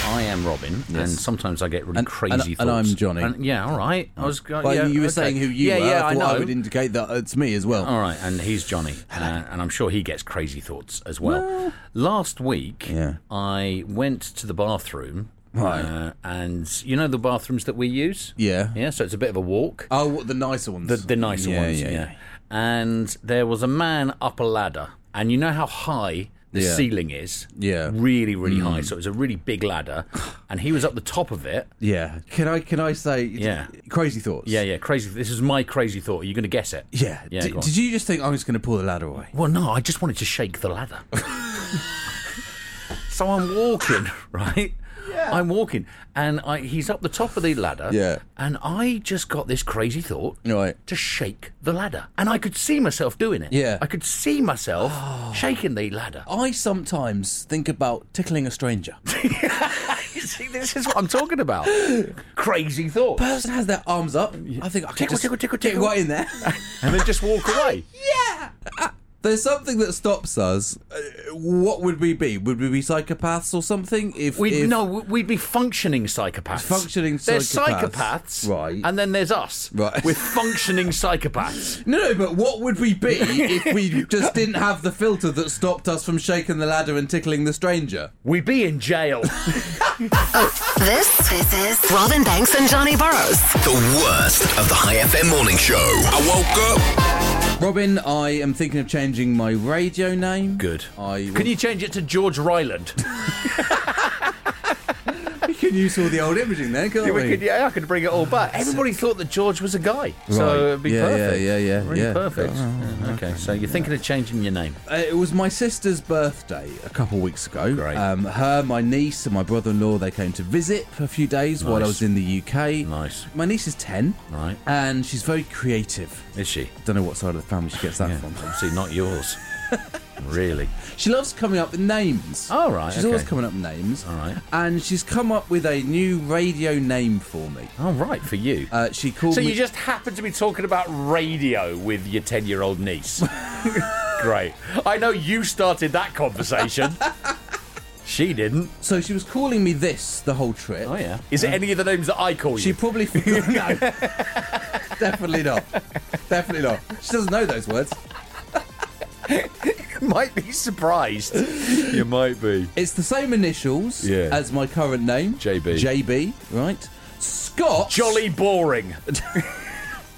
[SPEAKER 1] I am Robin, and sometimes I get really
[SPEAKER 2] And-
[SPEAKER 1] crazy
[SPEAKER 2] and-
[SPEAKER 1] thoughts.
[SPEAKER 2] and I'm Johnny.
[SPEAKER 1] And- yeah, all right. I was. go-
[SPEAKER 2] Well,
[SPEAKER 1] yeah,
[SPEAKER 2] you were
[SPEAKER 1] okay.
[SPEAKER 2] saying who you
[SPEAKER 1] yeah,
[SPEAKER 2] were.
[SPEAKER 1] Yeah,
[SPEAKER 2] I,
[SPEAKER 1] I
[SPEAKER 2] thought
[SPEAKER 1] know. Oh.
[SPEAKER 2] I would indicate that it's me as well.
[SPEAKER 1] All right, and he's Johnny, uh, and I'm sure he gets crazy thoughts as well. Last week,
[SPEAKER 2] Yeah.
[SPEAKER 1] I went to the bathroom,
[SPEAKER 2] Right.
[SPEAKER 1] uh, and you know the bathrooms that we use,
[SPEAKER 2] Yeah.
[SPEAKER 1] yeah. So it's a bit of a walk,
[SPEAKER 2] Oh, what, the nicer ones.
[SPEAKER 1] the, the nicer
[SPEAKER 2] Yeah,
[SPEAKER 1] ones,
[SPEAKER 2] yeah,
[SPEAKER 1] yeah,
[SPEAKER 2] yeah.
[SPEAKER 1] And there was a man up a ladder, and you know how high the
[SPEAKER 2] Yeah.
[SPEAKER 1] ceiling is,
[SPEAKER 2] Yeah. Mm.
[SPEAKER 1] really, really high. So it was a really big ladder, and he was up the top of it.
[SPEAKER 2] Yeah. Can I can I say
[SPEAKER 1] Yeah.
[SPEAKER 2] crazy thoughts?
[SPEAKER 1] Yeah, yeah, crazy. This is my crazy thought. Are you going to guess it?
[SPEAKER 2] Yeah.
[SPEAKER 1] yeah.
[SPEAKER 2] D-
[SPEAKER 1] go on.
[SPEAKER 2] did you just think I'm just going to pull the ladder away?
[SPEAKER 1] Well, no, I just wanted to shake the [laughs] ladder. so I'm walking, right? Yeah. I'm walking, and I, he's up the top of the ladder.
[SPEAKER 2] Yeah.
[SPEAKER 1] And I just got this crazy thought
[SPEAKER 2] Right.
[SPEAKER 1] to shake the ladder. And I could see myself doing it.
[SPEAKER 2] Yeah.
[SPEAKER 1] I could see myself [gasps] shaking the ladder.
[SPEAKER 2] I sometimes think about tickling a stranger.
[SPEAKER 1] [laughs] You see, this is what I'm talking about. [laughs] crazy thought.
[SPEAKER 2] Person has their arms up. I think I can
[SPEAKER 1] Tickle,
[SPEAKER 2] just
[SPEAKER 1] tickle, tickle,
[SPEAKER 2] get
[SPEAKER 1] tickle.
[SPEAKER 2] right in
[SPEAKER 1] [laughs]
[SPEAKER 2] there.
[SPEAKER 1] And then just walk [laughs] away.
[SPEAKER 2] There's something that stops us. Uh, what would we be? Would we be psychopaths or something? If
[SPEAKER 1] We'd,
[SPEAKER 2] if-
[SPEAKER 1] no, we'd be functioning psychopaths.
[SPEAKER 2] Functioning
[SPEAKER 1] There's
[SPEAKER 2] psychopaths.
[SPEAKER 1] psychopaths,
[SPEAKER 2] Right.
[SPEAKER 1] And then there's us,
[SPEAKER 2] Right.
[SPEAKER 1] With functioning psychopaths.
[SPEAKER 2] No, no, but what would we be if we just didn't have the filter that stopped us from shaking the ladder and tickling the stranger?
[SPEAKER 1] We'd be in jail.
[SPEAKER 4] This, this is Robin Banks and Johnny Burrows.
[SPEAKER 3] The worst of the High FM morning show. I woke up.
[SPEAKER 2] Robin, I am thinking of changing my radio name.
[SPEAKER 1] Good.
[SPEAKER 2] I
[SPEAKER 1] Can you change it to George
[SPEAKER 2] [laughs]
[SPEAKER 1] Ryland?
[SPEAKER 2] we can use all the old imaging then, can't we?
[SPEAKER 1] yeah, I could bring it all back. Everybody thought that George was a guy,
[SPEAKER 2] Right.
[SPEAKER 1] so it'd be
[SPEAKER 2] Yeah, yeah,
[SPEAKER 1] perfect.
[SPEAKER 2] yeah, yeah,
[SPEAKER 1] really
[SPEAKER 2] yeah. Oh,
[SPEAKER 1] perfect. okay, so you're thinking of changing your name?
[SPEAKER 2] Uh, it was my sister's birthday a couple weeks ago.
[SPEAKER 1] Great.
[SPEAKER 2] Um, her, my niece, and my brother-in-law they came to visit for a few days while I
[SPEAKER 1] Nice.
[SPEAKER 2] was in the UK.
[SPEAKER 1] Nice.
[SPEAKER 2] My niece is ten,
[SPEAKER 1] Right?
[SPEAKER 2] and she's very creative.
[SPEAKER 1] Is she?
[SPEAKER 2] Don't know what side of the family she gets that
[SPEAKER 1] Yeah,
[SPEAKER 2] from.
[SPEAKER 1] obviously not
[SPEAKER 2] [laughs]
[SPEAKER 1] yours. really?
[SPEAKER 2] She loves coming up with names.
[SPEAKER 1] Oh, right,
[SPEAKER 2] She's always
[SPEAKER 1] okay.
[SPEAKER 2] coming up with names.
[SPEAKER 1] All right.
[SPEAKER 2] And she's come up with a new radio name for me.
[SPEAKER 1] All right, for you.
[SPEAKER 2] Uh, she called
[SPEAKER 1] So
[SPEAKER 2] me.
[SPEAKER 1] you just happen to be talking about radio with your 10 year old
[SPEAKER 2] [laughs]
[SPEAKER 1] niece. Great. I know you started that
[SPEAKER 2] [laughs]
[SPEAKER 1] conversation. she didn't.
[SPEAKER 2] so she was calling me this the whole trip.
[SPEAKER 1] Oh, Is it any of the names that I call
[SPEAKER 2] She
[SPEAKER 1] you? [laughs]
[SPEAKER 2] probably forgot. no. [laughs] Definitely not. Definitely not. She doesn't know those words.
[SPEAKER 1] [laughs] might be surprised. you might be.
[SPEAKER 2] It's the same initials
[SPEAKER 1] Yeah.
[SPEAKER 2] as my current name.
[SPEAKER 1] JB.
[SPEAKER 2] JB, right? Scott.
[SPEAKER 1] Jolly boring.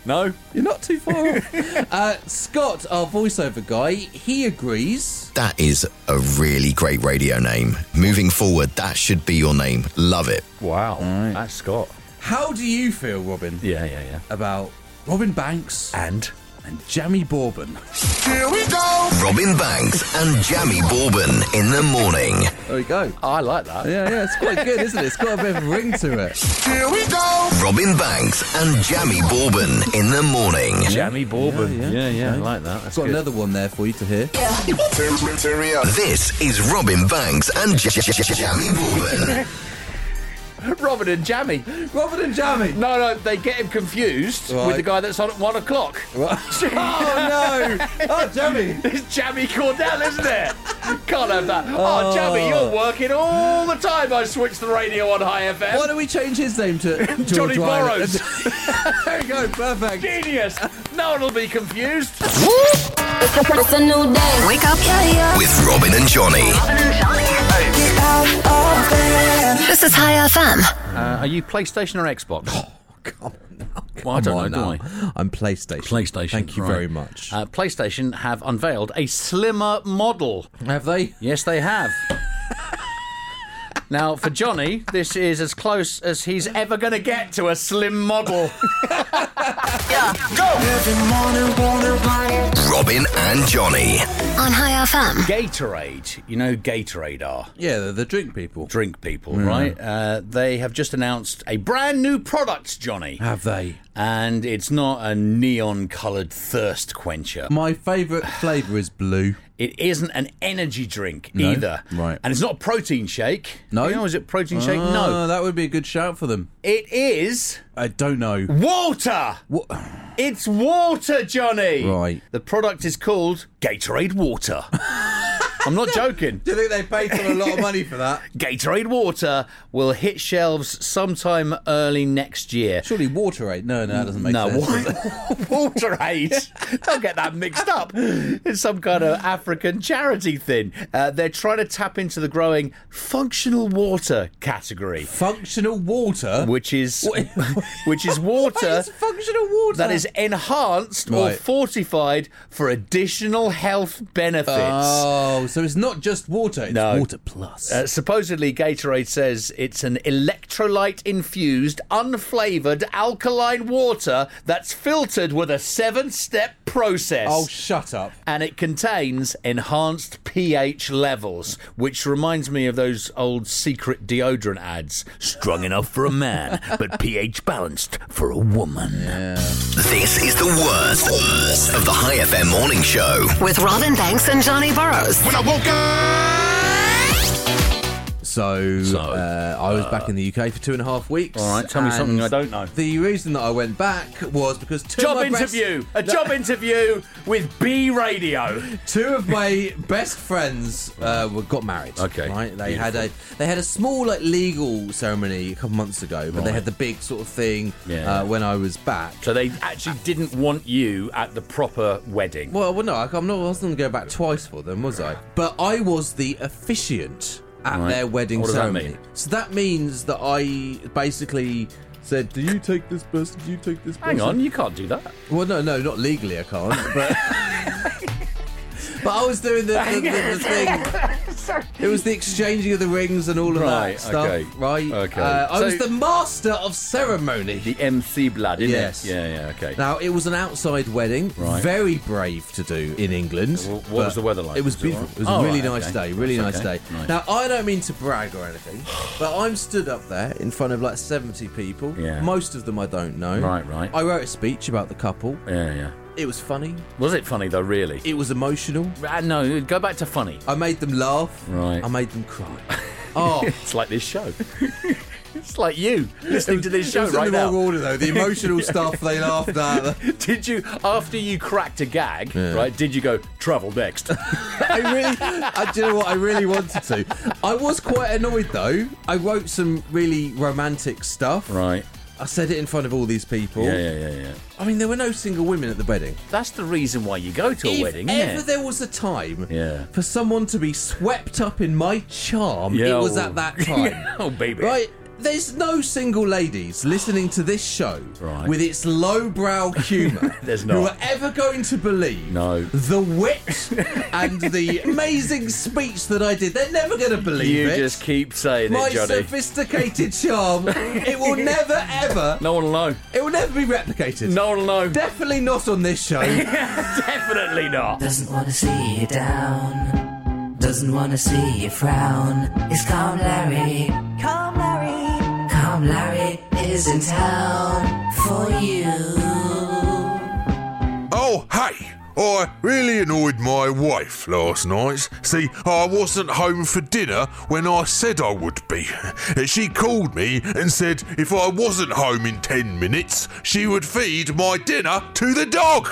[SPEAKER 1] no?
[SPEAKER 2] You're not too
[SPEAKER 1] [laughs]
[SPEAKER 2] far off. Uh, Scott, our voiceover guy, he agrees.
[SPEAKER 3] That is a really great radio name. Moving forward, that should be your name. Love it.
[SPEAKER 1] Wow. That's Scott.
[SPEAKER 2] How do you feel, Robin,
[SPEAKER 1] Yeah, yeah, yeah.
[SPEAKER 2] about Robin Banks
[SPEAKER 1] And
[SPEAKER 2] and Jamie Bourbon.
[SPEAKER 3] Here we go. Robin Banks and Jamie Bourbon in the morning.
[SPEAKER 2] There we go.
[SPEAKER 1] I like that.
[SPEAKER 2] Yeah, yeah, it's quite good, isn't it? It's got a bit of a ring to it.
[SPEAKER 3] Here we go. Robin Banks and Jamie Bourbon in the morning.
[SPEAKER 1] Jamie Bourbon. Yeah, yeah, I like that.
[SPEAKER 2] I've got another one there for you to hear.
[SPEAKER 3] This is Robin Banks and J- J- J- Jamie Bourbon.
[SPEAKER 1] Robin and Jammy.
[SPEAKER 2] Robin and Jammy. [laughs]
[SPEAKER 1] No, no, they get him confused with
[SPEAKER 2] Right.
[SPEAKER 1] the guy that's on at one o'clock.
[SPEAKER 2] Oh [laughs] no! Oh, Jamie!
[SPEAKER 1] It's Jammy Cordell, isn't it? Can't have that. Oh, Jammy, you're working all the time. I switch the radio on High FM.
[SPEAKER 2] Why don't we change his name [laughs] to George
[SPEAKER 1] Johnny
[SPEAKER 2] Wyler?
[SPEAKER 1] Borrows.
[SPEAKER 2] [laughs] there you go, perfect.
[SPEAKER 1] Genius. No one will be confused.
[SPEAKER 4] It's a new day. Wake up. Yeah, yeah.
[SPEAKER 3] With Robin and Johnny.
[SPEAKER 4] This is High FM.
[SPEAKER 1] Uh, are you PlayStation or
[SPEAKER 2] [laughs]
[SPEAKER 1] Xbox? Well, I
[SPEAKER 2] Oh, Come
[SPEAKER 1] don't
[SPEAKER 2] on
[SPEAKER 1] know,
[SPEAKER 2] now.
[SPEAKER 1] do I?
[SPEAKER 2] I'm PlayStation.
[SPEAKER 1] PlayStation.
[SPEAKER 2] Thank you
[SPEAKER 1] right.
[SPEAKER 2] very much.
[SPEAKER 1] Uh, PlayStation have unveiled a slimmer model.
[SPEAKER 2] Have they?
[SPEAKER 1] Yes, they have. now, for Johnny, this is as close as he's ever going to get to a slim model.
[SPEAKER 3] Robin and Johnny.
[SPEAKER 4] On High FM.
[SPEAKER 1] Gatorade, you know, Gatorade are.
[SPEAKER 2] Yeah, they're the drink people.
[SPEAKER 1] drink people, right? Uh, they have just announced a brand new product, Johnny.
[SPEAKER 2] Have they?
[SPEAKER 1] And it's not a neon coloured thirst quencher.
[SPEAKER 2] My favourite flavour is blue.
[SPEAKER 1] It isn't an energy drink
[SPEAKER 2] No?
[SPEAKER 1] either.
[SPEAKER 2] Right.
[SPEAKER 1] And it's not a protein shake.
[SPEAKER 2] No?
[SPEAKER 1] You know, is it protein shake?
[SPEAKER 2] Ah,
[SPEAKER 1] No.
[SPEAKER 2] that would be a good shout for them.
[SPEAKER 1] It is
[SPEAKER 2] I don't know.
[SPEAKER 1] water.
[SPEAKER 2] What?
[SPEAKER 1] It's water, Johnny.
[SPEAKER 2] Right.
[SPEAKER 1] The product is called Gatorade Water. [laughs] I'm not joking.
[SPEAKER 2] Do you think they paid them a lot of money for that?
[SPEAKER 1] Gatorade Water will hit shelves sometime early next year.
[SPEAKER 2] [laughs] Surely Waterade? No, no, that doesn't make
[SPEAKER 1] No,
[SPEAKER 2] sense. does
[SPEAKER 1] [laughs]
[SPEAKER 2] it?
[SPEAKER 1] Water, water Aid. Don't get that mixed up. It's some kind of African charity thing. Uh, they're trying to tap into the growing functional water category,
[SPEAKER 2] Functional water?
[SPEAKER 1] which is
[SPEAKER 2] [laughs] What-
[SPEAKER 1] [laughs] which is
[SPEAKER 2] That
[SPEAKER 1] water
[SPEAKER 2] is functional water.
[SPEAKER 1] that is enhanced or
[SPEAKER 2] Right.
[SPEAKER 1] fortified for additional health benefits.
[SPEAKER 2] Oh, so it's not just water, it's
[SPEAKER 1] No.
[SPEAKER 2] water plus.
[SPEAKER 1] Uh, supposedly, Gatorade says it's an electrolyte infused, unflavoured alkaline water that's filtered with a seven step process.
[SPEAKER 2] oh, shut up.
[SPEAKER 1] and it contains enhanced pH levels, which reminds me of those old secret deodorant ads. Strong enough for a man, [laughs] but pH balanced for a woman.
[SPEAKER 3] This is the worst of the High FM morning show.
[SPEAKER 4] With Robin Banks and Johnny Burrows.
[SPEAKER 3] When I woke up.
[SPEAKER 2] So, uh, I was back in the UK for two and a half weeks.
[SPEAKER 1] All right, tell me
[SPEAKER 2] and
[SPEAKER 1] something I don't know.
[SPEAKER 2] The reason that I went back was because two
[SPEAKER 1] Job
[SPEAKER 2] of my best-
[SPEAKER 1] interview! A
[SPEAKER 2] [laughs]
[SPEAKER 1] job interview with B Radio.
[SPEAKER 2] two of my best friends uh, were, got married.
[SPEAKER 1] Okay,
[SPEAKER 2] right? They had a they had a small like legal ceremony a couple months ago, but they had the big sort of thing
[SPEAKER 1] Yeah.
[SPEAKER 2] uh, when I was back.
[SPEAKER 1] So they actually didn't want you at the proper wedding.
[SPEAKER 2] Well, well, no, I- I'm not. I wasn't going to go back twice for them, was I? But I was the officiant at
[SPEAKER 1] Right.
[SPEAKER 2] their wedding
[SPEAKER 1] What does that
[SPEAKER 2] ceremony.
[SPEAKER 1] mean?
[SPEAKER 2] So that means that I basically said, "Do you take this person? Do you take this person?"
[SPEAKER 1] Hang on, you can't do that.
[SPEAKER 2] Well, no, no, not legally, I can't.
[SPEAKER 1] [laughs]
[SPEAKER 2] But but I was doing the, the, the, the thing.
[SPEAKER 1] [laughs]
[SPEAKER 2] It was the exchanging of the rings and all of
[SPEAKER 1] Right,
[SPEAKER 2] that stuff,
[SPEAKER 1] okay,
[SPEAKER 2] right?
[SPEAKER 1] okay.
[SPEAKER 2] Uh, I was
[SPEAKER 1] So-
[SPEAKER 2] the master of ceremony.
[SPEAKER 1] The MC blood, isn't
[SPEAKER 2] Yes.
[SPEAKER 1] it? Yeah, yeah, okay.
[SPEAKER 2] Now it was an outside wedding,
[SPEAKER 1] Right.
[SPEAKER 2] very brave to do in England.
[SPEAKER 1] Wh- what
[SPEAKER 2] but
[SPEAKER 1] was the weather like?
[SPEAKER 2] It was
[SPEAKER 1] Was it
[SPEAKER 2] beautiful.
[SPEAKER 1] alright?
[SPEAKER 2] It was
[SPEAKER 1] Oh,
[SPEAKER 2] a really
[SPEAKER 1] right,
[SPEAKER 2] nice
[SPEAKER 1] okay.
[SPEAKER 2] day. Really
[SPEAKER 1] That's
[SPEAKER 2] nice
[SPEAKER 1] okay.
[SPEAKER 2] day.
[SPEAKER 1] Nice.
[SPEAKER 2] Now I don't mean to brag or anything, but I'm stood up there in front of like 70 people.
[SPEAKER 1] Yeah.
[SPEAKER 2] Most of them I don't know.
[SPEAKER 1] Right, right.
[SPEAKER 2] I wrote a speech about the couple.
[SPEAKER 1] yeah, yeah.
[SPEAKER 2] It was funny.
[SPEAKER 1] Was it funny though, really?
[SPEAKER 2] It was emotional.
[SPEAKER 1] Ah, no, go back to funny.
[SPEAKER 2] I made them laugh.
[SPEAKER 1] Right.
[SPEAKER 2] I made them
[SPEAKER 1] [laughs]
[SPEAKER 2] cry. Oh.
[SPEAKER 1] It's like this show. [laughs] it's like you listening to this
[SPEAKER 2] It
[SPEAKER 1] show
[SPEAKER 2] was
[SPEAKER 1] right
[SPEAKER 2] in the wrong
[SPEAKER 1] now.
[SPEAKER 2] order though. The
[SPEAKER 1] [laughs]
[SPEAKER 2] emotional stuff they laughed at.
[SPEAKER 1] Did you, after you cracked a gag, right? Did you go travel next?
[SPEAKER 2] I really, I, do you know what? I really wanted to. I was quite annoyed though. I wrote some really romantic stuff.
[SPEAKER 1] [laughs] right.
[SPEAKER 2] I said it in front of all these people.
[SPEAKER 1] Yeah, yeah, yeah, yeah.
[SPEAKER 2] I mean, there were no single women at the wedding.
[SPEAKER 1] That's the reason why you go to a
[SPEAKER 2] if
[SPEAKER 1] wedding,
[SPEAKER 2] ever
[SPEAKER 1] isn't it?
[SPEAKER 2] there was a time
[SPEAKER 1] Yeah.
[SPEAKER 2] for someone to be swept up in my charm,
[SPEAKER 1] Yeah,
[SPEAKER 2] it was
[SPEAKER 1] oh. [laughs]
[SPEAKER 2] at that time.
[SPEAKER 1] oh, baby.
[SPEAKER 2] Right? There's no single ladies listening to this show with
[SPEAKER 1] [laughs]
[SPEAKER 2] its lowbrow humour
[SPEAKER 1] There's
[SPEAKER 2] who
[SPEAKER 1] not.
[SPEAKER 2] are ever going to believe
[SPEAKER 1] No.
[SPEAKER 2] the wit and the amazing speech that I did. They're never going to believe
[SPEAKER 1] you
[SPEAKER 2] it.
[SPEAKER 1] just keep saying
[SPEAKER 2] My
[SPEAKER 1] it, Johnny.
[SPEAKER 2] sophisticated charm, it
[SPEAKER 1] [laughs]
[SPEAKER 2] will never ever.
[SPEAKER 1] No one will know.
[SPEAKER 2] It will never be replicated.
[SPEAKER 1] No one will know.
[SPEAKER 2] [laughs] Definitely not on this
[SPEAKER 1] [laughs]
[SPEAKER 2] show.
[SPEAKER 1] Definitely not.
[SPEAKER 12] Doesn't wanna see you down. Doesn't wanna see you frown. It's Calm Larry. Calm Larry. Calm Larry is in town for you.
[SPEAKER 13] Oh, hey! I really annoyed my wife last night. See, I wasn't home for dinner when I said I would be. [laughs] She called me and said if I wasn't home in 10 minutes, she would feed my dinner to the dog.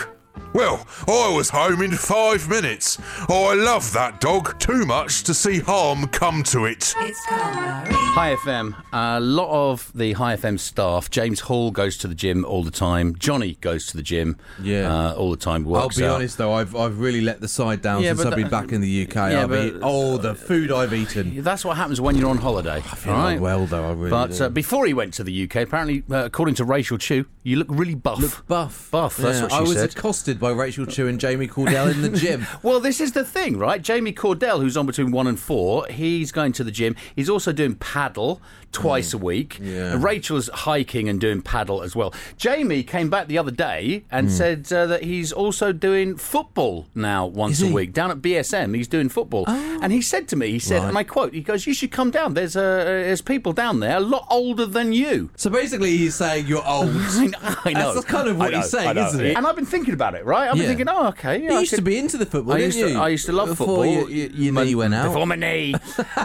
[SPEAKER 13] Well, I was home in five minutes. I love that dog too much to see harm come to it.
[SPEAKER 1] Hi FM. A lot of the Hi FM staff. James Hall goes to the gym all the time. Johnny goes to the gym. Yeah, uh, all the time.
[SPEAKER 2] I'll
[SPEAKER 1] Works
[SPEAKER 2] be
[SPEAKER 1] out.
[SPEAKER 2] honest though, I've I've really let the side down
[SPEAKER 1] Yeah,
[SPEAKER 2] since
[SPEAKER 1] but
[SPEAKER 2] I've been
[SPEAKER 1] that-
[SPEAKER 2] back in the UK.
[SPEAKER 1] Yeah,
[SPEAKER 2] I've
[SPEAKER 1] but-
[SPEAKER 2] eat- oh, the food I've eaten.
[SPEAKER 1] That's what happens when you're on holiday. I feel
[SPEAKER 2] not well, though. I really
[SPEAKER 1] But
[SPEAKER 2] do.
[SPEAKER 1] uh, before he went to the UK, apparently, uh, according to Rachel Chu, you look really buff. Look
[SPEAKER 2] buff,
[SPEAKER 1] buff. That's
[SPEAKER 2] Yeah,
[SPEAKER 1] what she
[SPEAKER 2] I was
[SPEAKER 1] said.
[SPEAKER 2] accosted by Rachel Chu and Jamie Cordell in the
[SPEAKER 1] [laughs]
[SPEAKER 2] gym.
[SPEAKER 1] well, this is the thing, right? Jamie Cordell, who's on between one and four, he's going to the gym. He's also doing paddle twice a week.
[SPEAKER 2] Hmm. yeah.
[SPEAKER 1] And Rachel's hiking and doing paddle as well. Jamie came back the other day and
[SPEAKER 2] Hmm.
[SPEAKER 1] said uh, that he's also doing football now once
[SPEAKER 2] Is
[SPEAKER 1] a
[SPEAKER 2] he? Oh.
[SPEAKER 1] week down at BSM. He's doing football, and he said to me, he said,
[SPEAKER 2] Right.
[SPEAKER 1] and I quote, he goes, "You should come down. There's uh, there's people down there a lot older than you." [laughs]
[SPEAKER 2] So basically, he's saying you're old.
[SPEAKER 1] I know.
[SPEAKER 2] That's kind of
[SPEAKER 1] I
[SPEAKER 2] what
[SPEAKER 1] know,
[SPEAKER 2] he's
[SPEAKER 1] I
[SPEAKER 2] saying,
[SPEAKER 1] know.
[SPEAKER 2] isn't it?
[SPEAKER 1] And I've been thinking about it, right? I've been
[SPEAKER 2] Yeah.
[SPEAKER 1] thinking, oh, okay.
[SPEAKER 2] You
[SPEAKER 1] I
[SPEAKER 2] used to
[SPEAKER 1] could-
[SPEAKER 2] be into the football,
[SPEAKER 1] I
[SPEAKER 2] didn't
[SPEAKER 1] used to,
[SPEAKER 2] you?
[SPEAKER 1] I used to love football.
[SPEAKER 2] Before you- you- you
[SPEAKER 1] My-
[SPEAKER 2] knee went out.
[SPEAKER 1] Before my
[SPEAKER 2] [laughs]
[SPEAKER 1] knee.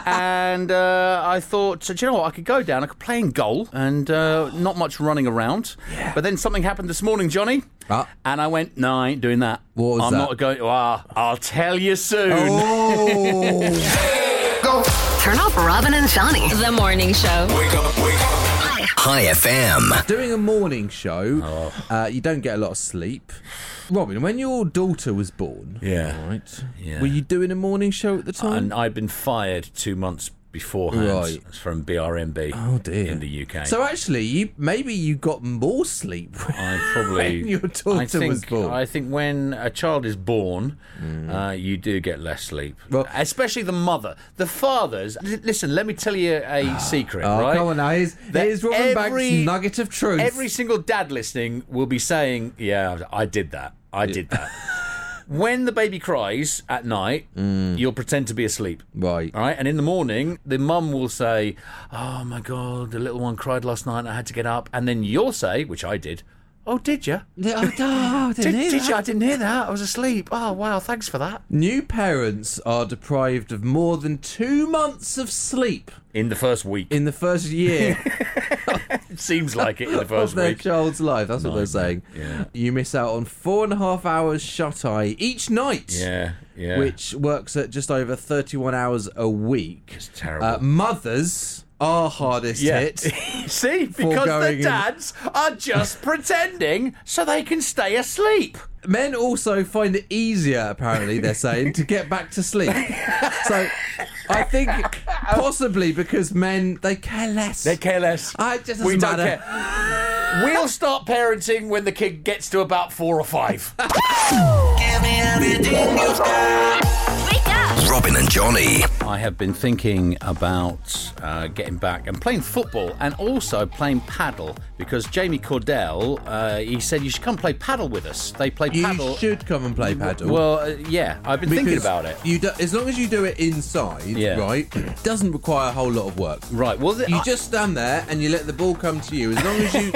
[SPEAKER 1] and uh, I thought, do you know what? I could go down. I could play in goal and uh, not much running around. But then something happened this morning, Johnny. [laughs] And I went, no, I ain't doing that. What
[SPEAKER 2] was
[SPEAKER 1] I'm
[SPEAKER 2] that? Oh.
[SPEAKER 1] not going. Ah, I'll tell you soon.
[SPEAKER 4] Turn up Robin and Johnny. The morning show. Wake up, wake up.
[SPEAKER 2] Hi FM. Doing a morning show,
[SPEAKER 1] Oh.
[SPEAKER 2] uh, you don't get a lot of sleep. Robin, when your daughter was born,
[SPEAKER 1] Yeah.
[SPEAKER 2] right?
[SPEAKER 1] Yeah.
[SPEAKER 2] Were you doing a morning show at the time?
[SPEAKER 1] [laughs] And I'd been fired two months beforehand
[SPEAKER 2] Right.
[SPEAKER 1] from BRMB
[SPEAKER 2] Oh, dear.
[SPEAKER 1] in the UK.
[SPEAKER 2] So actually, you maybe you got more sleep.
[SPEAKER 1] [laughs]
[SPEAKER 2] [laughs]
[SPEAKER 1] I probably
[SPEAKER 2] When your daughter
[SPEAKER 1] I think,
[SPEAKER 2] was born. Mm.
[SPEAKER 1] I think when a child is born, uh, you do get less sleep, especially the mother. The fathers. L- listen, let me tell you a secret.
[SPEAKER 2] Oh,
[SPEAKER 1] right?
[SPEAKER 2] come on now, here's,
[SPEAKER 1] That
[SPEAKER 2] here's Robin Banks'
[SPEAKER 1] every-
[SPEAKER 2] nugget of truth.
[SPEAKER 1] Every single dad listening will be saying, "Yeah, I did that. I did
[SPEAKER 2] [laughs]
[SPEAKER 1] that." when the baby cries at night,
[SPEAKER 2] Mm.
[SPEAKER 1] you'll pretend to be asleep.
[SPEAKER 2] Right.
[SPEAKER 1] All right. And in the morning, the mum will say, "Oh my god, the little one cried last night. and I had to get up." And then you'll say, which I did, "Oh, did you?
[SPEAKER 2] I didn't hear
[SPEAKER 1] did you?
[SPEAKER 2] that.
[SPEAKER 1] I didn't hear that. I was asleep. Oh wow, thanks for that."
[SPEAKER 2] New parents are deprived of more than two months of sleep
[SPEAKER 1] in the first week.
[SPEAKER 2] In the first year
[SPEAKER 1] It [laughs] seems like [laughs] it in the
[SPEAKER 2] of
[SPEAKER 1] first
[SPEAKER 2] their
[SPEAKER 1] week.
[SPEAKER 2] child's life. That's what they're saying.
[SPEAKER 1] Yeah.
[SPEAKER 2] You miss out on four and a half hours shut eye each night.
[SPEAKER 1] Yeah, yeah.
[SPEAKER 2] Which works at just over 31 hours a week. It's
[SPEAKER 1] terrible.
[SPEAKER 2] mothers are hardest hit.
[SPEAKER 1] [laughs] See,
[SPEAKER 2] for
[SPEAKER 1] because
[SPEAKER 2] going
[SPEAKER 1] the
[SPEAKER 2] in-
[SPEAKER 1] dads are [laughs] just pretending so they can stay asleep.
[SPEAKER 2] Men also find it easier, apparently, they're saying, to get back to sleep. So I think possibly because men, they care less. They
[SPEAKER 1] care less.
[SPEAKER 2] I, it just doesn't
[SPEAKER 1] We don't
[SPEAKER 2] matter.
[SPEAKER 1] [laughs] care. We'll start parenting when the kid gets to about four or five.
[SPEAKER 3] Robin and Johnny.
[SPEAKER 1] I have been thinking about uh, getting back and playing football and also playing paddle because Jamie Cordell, uh, he said you should come play paddle with us. They play
[SPEAKER 2] You
[SPEAKER 1] paddle.
[SPEAKER 2] should come and play paddle.
[SPEAKER 1] Well, uh, yeah, I've been thinking
[SPEAKER 2] Because
[SPEAKER 1] about it.
[SPEAKER 2] You do, as long as you do it inside,
[SPEAKER 1] Yeah.
[SPEAKER 2] right? It doesn't require a whole lot of work.
[SPEAKER 1] Right. Well,
[SPEAKER 2] you just stand there and you let the ball come to you. As long as
[SPEAKER 1] [laughs]
[SPEAKER 2] you,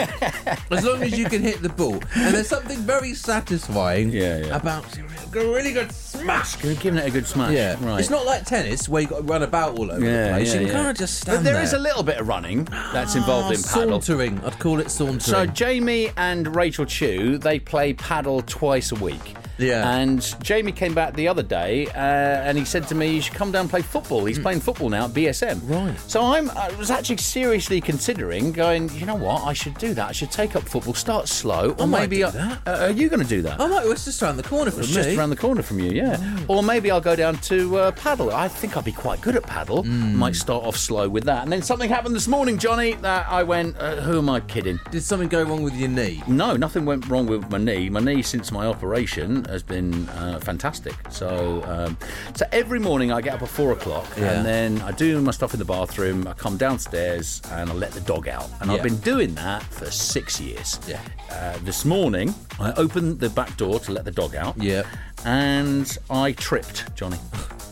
[SPEAKER 2] as long as you can hit the ball, and there's something very satisfying about a really good smash.
[SPEAKER 1] Giving it a good smash.
[SPEAKER 2] Yeah,
[SPEAKER 1] right.
[SPEAKER 2] It's not like tennis where you got to run about all over the
[SPEAKER 1] Yeah,
[SPEAKER 2] place.
[SPEAKER 1] yeah,
[SPEAKER 2] you can
[SPEAKER 1] yeah.
[SPEAKER 2] kind of just
[SPEAKER 1] But
[SPEAKER 2] stand
[SPEAKER 1] there
[SPEAKER 2] there
[SPEAKER 1] is a little bit of running that's involved
[SPEAKER 2] Ah,
[SPEAKER 1] in paddle.
[SPEAKER 2] sauntering. I'd call it sauntering.
[SPEAKER 1] So Jamie and Rachel Chu, they play paddle twice a week.
[SPEAKER 2] Yeah.
[SPEAKER 1] And Jamie came back the other day uh, and he said to me, You should come down and play football.
[SPEAKER 2] Hmm.
[SPEAKER 1] He's playing football now at BSM. Right. So I'm, I was actually seriously considering going, You know what? I should do that. I should take up football, start slow. Or
[SPEAKER 2] I might
[SPEAKER 1] maybe.
[SPEAKER 2] do
[SPEAKER 1] I-
[SPEAKER 2] that. Oh,
[SPEAKER 1] Uh, are you going to do that?
[SPEAKER 2] I might. It's just around the corner from
[SPEAKER 1] It's
[SPEAKER 2] me.
[SPEAKER 1] just around the corner from you, yeah. Or maybe I'll go down to uh, paddle. I think I'd be quite good at paddle.
[SPEAKER 2] Hmm.
[SPEAKER 1] Might start off slow with that. And then something happened this morning, Johnny, that I went, uh, who am I kidding?
[SPEAKER 2] Did something go wrong with your knee?
[SPEAKER 1] No, nothing went wrong with my knee. My knee, since my operation, has been uh, fantastic. So, um, so every morning I get up at four o'clock
[SPEAKER 2] Yeah.
[SPEAKER 1] and then I do my stuff in the bathroom. I come downstairs and I let the dog out. And I've
[SPEAKER 2] Yeah.
[SPEAKER 1] been doing that for six years.
[SPEAKER 2] Yeah.
[SPEAKER 1] Uh, this morning, I opened the back door to let the dog out.
[SPEAKER 2] Yeah.
[SPEAKER 1] And I tripped, Johnny.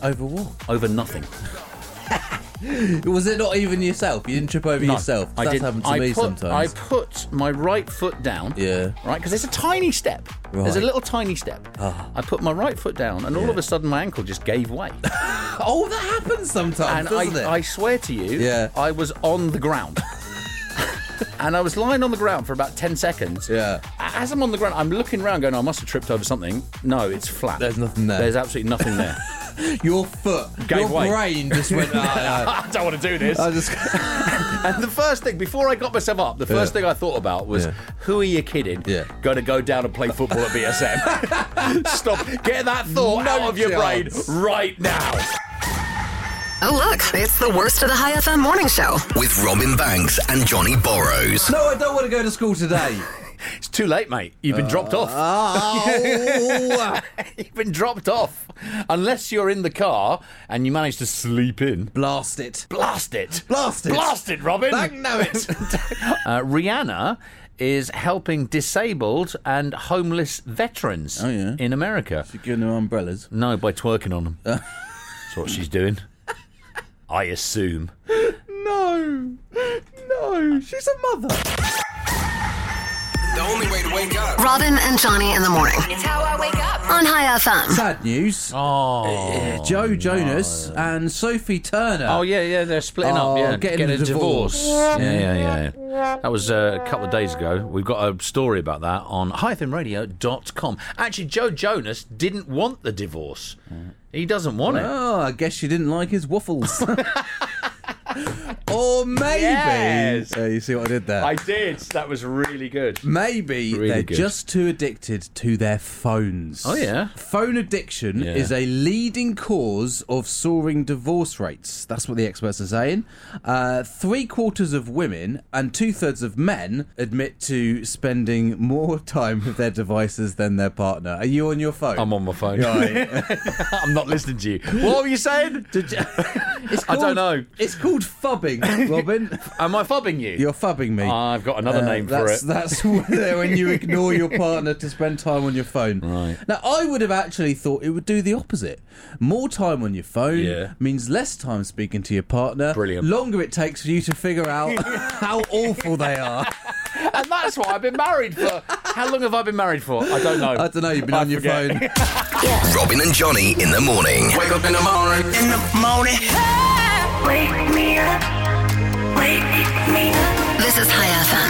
[SPEAKER 2] Over what? [laughs]
[SPEAKER 1] Over nothing.
[SPEAKER 2] Was it not even yourself? You didn't trip over
[SPEAKER 1] No,
[SPEAKER 2] yourself. 'Cause
[SPEAKER 1] I
[SPEAKER 2] That's
[SPEAKER 1] didn't.
[SPEAKER 2] happened to
[SPEAKER 1] I
[SPEAKER 2] me
[SPEAKER 1] put,
[SPEAKER 2] sometimes.
[SPEAKER 1] I put my right foot down.
[SPEAKER 2] Yeah.
[SPEAKER 1] Right, because it's a tiny step. There's a
[SPEAKER 2] Right.
[SPEAKER 1] little tiny step.
[SPEAKER 2] Ah.
[SPEAKER 1] I put my right foot down, and all of a sudden, my ankle just gave
[SPEAKER 2] [laughs]
[SPEAKER 1] way.
[SPEAKER 2] Oh, that happens
[SPEAKER 1] and
[SPEAKER 2] sometimes, doesn't
[SPEAKER 1] I,
[SPEAKER 2] it?
[SPEAKER 1] I swear to you,
[SPEAKER 2] Yeah.
[SPEAKER 1] I was on the ground.
[SPEAKER 2] [laughs]
[SPEAKER 1] and I was lying on the ground for about 10 seconds.
[SPEAKER 2] Yeah.
[SPEAKER 1] As I'm on the ground, I'm looking around going, "Oh, I must have tripped over something. No, it's flat.
[SPEAKER 2] There's nothing there.
[SPEAKER 1] There's absolutely nothing
[SPEAKER 2] [laughs]
[SPEAKER 1] there. [laughs]
[SPEAKER 2] Your foot,
[SPEAKER 1] Gave
[SPEAKER 2] your
[SPEAKER 1] way.
[SPEAKER 2] brain just
[SPEAKER 1] [laughs]
[SPEAKER 2] went. "Ah,
[SPEAKER 1] I don't want to do this.
[SPEAKER 2] no." I just.
[SPEAKER 1] And the first thing, before I got myself up, the first thing I thought about was,
[SPEAKER 2] Yeah.
[SPEAKER 1] who are you kidding?
[SPEAKER 2] Yeah.
[SPEAKER 1] Going to go down and play football at BSM. [laughs] Stop. Get that thought
[SPEAKER 2] No
[SPEAKER 1] out of your
[SPEAKER 2] chance.
[SPEAKER 1] brain right now.
[SPEAKER 4] Oh, look, it's the worst of the High FM morning show.
[SPEAKER 3] With Robin Banks and Johnny
[SPEAKER 2] [laughs]
[SPEAKER 3] Borrows.
[SPEAKER 2] No, I don't want to go to school today.
[SPEAKER 1] It's too late, mate. You've been dropped off.
[SPEAKER 2] [laughs] Uh. Oh,
[SPEAKER 1] [laughs] You've been dropped off. Unless you're in the car and you manage to sleep in.
[SPEAKER 2] [laughs] blast it!
[SPEAKER 1] Blast it.
[SPEAKER 2] Blast it.
[SPEAKER 1] Blast it, Robin.
[SPEAKER 2] Bang, know it.
[SPEAKER 1] Uh, Rihanna is helping disabled and homeless veterans
[SPEAKER 2] Oh, yeah.
[SPEAKER 1] in America.
[SPEAKER 2] You're giving them umbrellas.
[SPEAKER 1] No, by twerking [laughs] on them. That's what she's doing. I assume.
[SPEAKER 2] No, no, Oh, she's a mother.
[SPEAKER 3] The only way to wake up.
[SPEAKER 4] Robin and Johnny in the morning
[SPEAKER 7] It's how I wake up.
[SPEAKER 4] on High FM.
[SPEAKER 2] Sad news.
[SPEAKER 1] Oh.
[SPEAKER 2] Uh, Joe Jonas and Sophie Turner.
[SPEAKER 1] Oh yeah, yeah, they're splitting
[SPEAKER 2] Oh,
[SPEAKER 1] up. Yeah,
[SPEAKER 2] getting
[SPEAKER 1] a
[SPEAKER 2] a divorce.
[SPEAKER 1] Yeah, yeah, yeah. That was uh, a couple of days ago. We've got a story about that on hyphenradio.com. Actually, Joe Jonas didn't want the divorce. He doesn't want it.
[SPEAKER 2] Oh, I guess she didn't like his waffles. [laughs] or maybe.
[SPEAKER 1] Yes.
[SPEAKER 2] Uh, you see what I did there?
[SPEAKER 1] did. That was really good.
[SPEAKER 2] Maybe
[SPEAKER 1] Really
[SPEAKER 2] they're
[SPEAKER 1] good.
[SPEAKER 2] just too addicted to their phones.
[SPEAKER 1] Oh, yeah.
[SPEAKER 2] Phone addiction
[SPEAKER 1] Yeah.
[SPEAKER 2] is a leading cause of soaring divorce rates. That's what the experts are saying. Uh, three quarters of women and two thirds of men admit to spending more [laughs] time with their devices than their partner. Are you on your phone?
[SPEAKER 1] I'm on my phone.
[SPEAKER 2] Right.
[SPEAKER 1] [laughs] I'm not listening to you. What were you saying?
[SPEAKER 2] It's
[SPEAKER 1] I don't
[SPEAKER 2] called-
[SPEAKER 1] know.
[SPEAKER 2] It's called fubbing, Robin.
[SPEAKER 1] [laughs] Am I fobbing you?
[SPEAKER 2] You're fubbing me.
[SPEAKER 1] I've got another
[SPEAKER 2] Uh,
[SPEAKER 1] name for
[SPEAKER 2] that's,
[SPEAKER 1] it.
[SPEAKER 2] That's [laughs] where- when you ignore your partner to spend time on your phone.
[SPEAKER 1] Right.
[SPEAKER 2] Now, I would have actually thought it would do the opposite. More time on your phone
[SPEAKER 1] Yeah.
[SPEAKER 2] means less time speaking to your partner.
[SPEAKER 1] Brilliant.
[SPEAKER 2] Longer it takes for you to figure out how awful they are.
[SPEAKER 1] and that's why I've been married for. How long have I been married for? I don't know.
[SPEAKER 2] I don't know. You've been
[SPEAKER 1] I
[SPEAKER 2] on your
[SPEAKER 1] forget.
[SPEAKER 2] phone.
[SPEAKER 3] Robin and Johnny in the morning. Wake up in the morning. In the morning.
[SPEAKER 6] Wake me up. Wake me up.
[SPEAKER 4] This is High FM.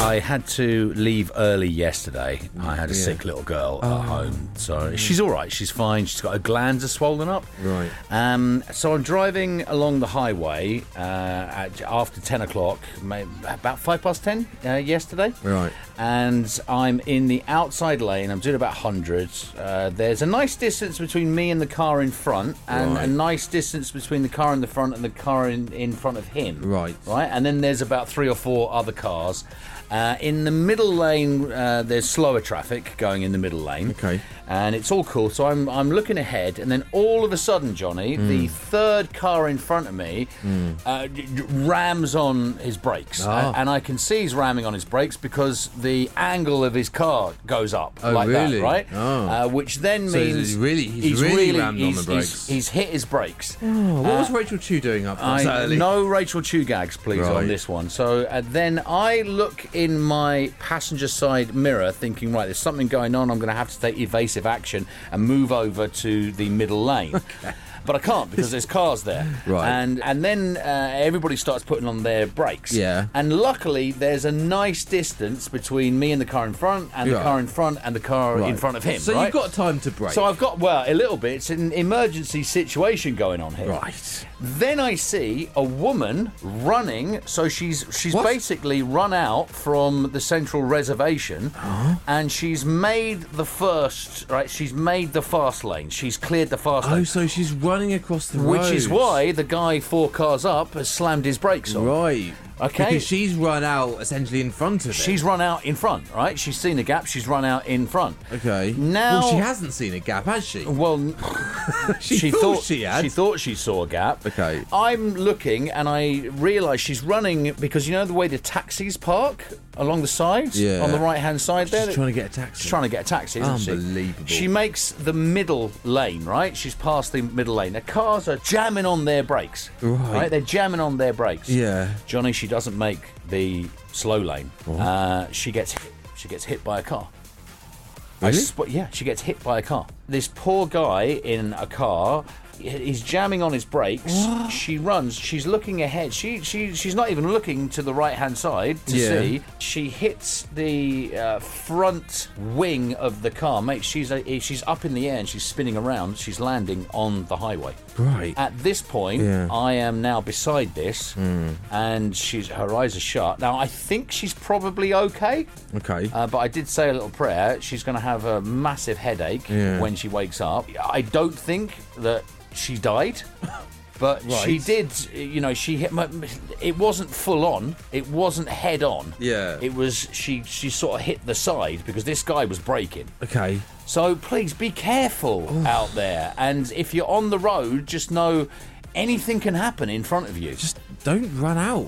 [SPEAKER 1] I had to leave early yesterday. I had a sick little girl
[SPEAKER 2] Oh.
[SPEAKER 1] at home, so she's all right. She's fine. She's got her glands are swollen up.
[SPEAKER 2] Mm. Right.
[SPEAKER 1] Um, so I'm driving along the highway uh, at, after ten o'clock, ma- about five past ten uh, yesterday.
[SPEAKER 2] Right.
[SPEAKER 1] And I'm in the outside lane. I'm doing about hundred. Uh, there's a nice distance between me and the car in front, and a
[SPEAKER 2] Right.
[SPEAKER 1] nice distance between the car in the front and the car in, in front of him.
[SPEAKER 2] Right.
[SPEAKER 1] Right. And then there's about three or four other cars. Uh, in the middle lane, uh, there's slower traffic going in the middle lane.
[SPEAKER 2] Okay.
[SPEAKER 1] And it's all cool. So I'm, I'm looking ahead, and then all of a sudden, Johnny,
[SPEAKER 2] Hmm.
[SPEAKER 1] the third car in front of me uh, y- y- rams on his brakes.
[SPEAKER 2] Ah.
[SPEAKER 1] A- And I can see he's ramming on his brakes because the angle of his car goes up
[SPEAKER 2] Oh,
[SPEAKER 1] like
[SPEAKER 2] really?
[SPEAKER 1] that, right?
[SPEAKER 2] Oh.
[SPEAKER 1] Uh, which then
[SPEAKER 2] So he's
[SPEAKER 1] means
[SPEAKER 2] really- he's really rammed on
[SPEAKER 1] he's-
[SPEAKER 2] the
[SPEAKER 1] he's-
[SPEAKER 2] brakes.
[SPEAKER 1] he's hit his brakes.
[SPEAKER 2] what was Rachel Chu doing up
[SPEAKER 1] I-
[SPEAKER 2] this early?
[SPEAKER 1] no Rachel Chew gags, please,
[SPEAKER 2] Right.
[SPEAKER 1] on this one. So uh, then I look in my passenger side mirror, thinking, right, there's
[SPEAKER 2] [laughs]
[SPEAKER 1] something going on. I'm going to have to take evasive action and move over to the middle lane. but I can't because there's cars there.
[SPEAKER 2] Right.
[SPEAKER 1] And and then uh, everybody starts putting on their brakes.
[SPEAKER 2] Yeah.
[SPEAKER 1] And luckily, there's a nice distance between me and the car in front, and the
[SPEAKER 2] Yeah.
[SPEAKER 1] car in front, and the car in
[SPEAKER 2] Right.
[SPEAKER 1] front of him.
[SPEAKER 2] So
[SPEAKER 1] right?
[SPEAKER 2] you've got time to break.
[SPEAKER 1] So I've got well a little bit. It's an emergency situation going on here. Right. Then I see a woman running. So she's she's basically run out from the central reservation, and she's made the first right. She's made the fast lane. She's cleared the fast
[SPEAKER 2] oh,
[SPEAKER 1] lane.
[SPEAKER 2] so she's running across the road.
[SPEAKER 1] Which is why the guy four cars up has slammed his brakes on.
[SPEAKER 2] Right.
[SPEAKER 1] Okay.
[SPEAKER 2] Because she's run out essentially in front of it.
[SPEAKER 1] She's run out in front, right? She's seen a gap. She's run out in front.
[SPEAKER 2] Okay.
[SPEAKER 1] Now
[SPEAKER 2] Well, she hasn't seen a gap, has she?
[SPEAKER 1] Well,
[SPEAKER 2] [laughs] she, thought, she had.
[SPEAKER 1] She thought she saw a gap.
[SPEAKER 2] Okay.
[SPEAKER 1] I'm looking and I realise she's running because you know the way the taxis park along the side,
[SPEAKER 2] Yeah.
[SPEAKER 1] on the right hand side there.
[SPEAKER 2] She's trying to get a taxi.
[SPEAKER 1] She's trying to get a taxi, isn't she?
[SPEAKER 2] Unbelievable.
[SPEAKER 1] She makes the middle lane, right? She's past the middle lane. The cars are jamming on their brakes.
[SPEAKER 2] Right.
[SPEAKER 1] They're jamming on their brakes.
[SPEAKER 2] Yeah.
[SPEAKER 1] Johnny, she doesn't make the slow lane. Uh, she gets hit. She gets hit by a car. I
[SPEAKER 2] Really?
[SPEAKER 1] sw- yeah, she gets hit by a car. This poor guy in a car. he- He's jamming on his brakes. She runs. She's looking ahead. She she she's not even looking to the right hand side to
[SPEAKER 2] Yeah.
[SPEAKER 1] see. She hits the uh, front wing of the car. Mate, she's a, she's up in the air and she's spinning around. She's landing on the highway.
[SPEAKER 2] Right.
[SPEAKER 1] At this point,
[SPEAKER 2] Yeah. Hmm.
[SPEAKER 1] I am now beside this, and she's her eyes are shut. Now I think she's probably okay.
[SPEAKER 2] Okay.
[SPEAKER 1] Uh, but I did say a little prayer. She's going to have a massive headache
[SPEAKER 2] Yeah.
[SPEAKER 1] when she wakes up. I don't think that she died, [laughs] but she
[SPEAKER 2] Right.
[SPEAKER 1] did. You know, she hit. My, it wasn't full on. It wasn't head on.
[SPEAKER 2] Yeah.
[SPEAKER 1] It was she. She sort of hit the side because this guy was braking.
[SPEAKER 2] okay.
[SPEAKER 1] So please be careful out there. And if you're on the road, just know anything can happen in front of you. Just
[SPEAKER 2] don't run out.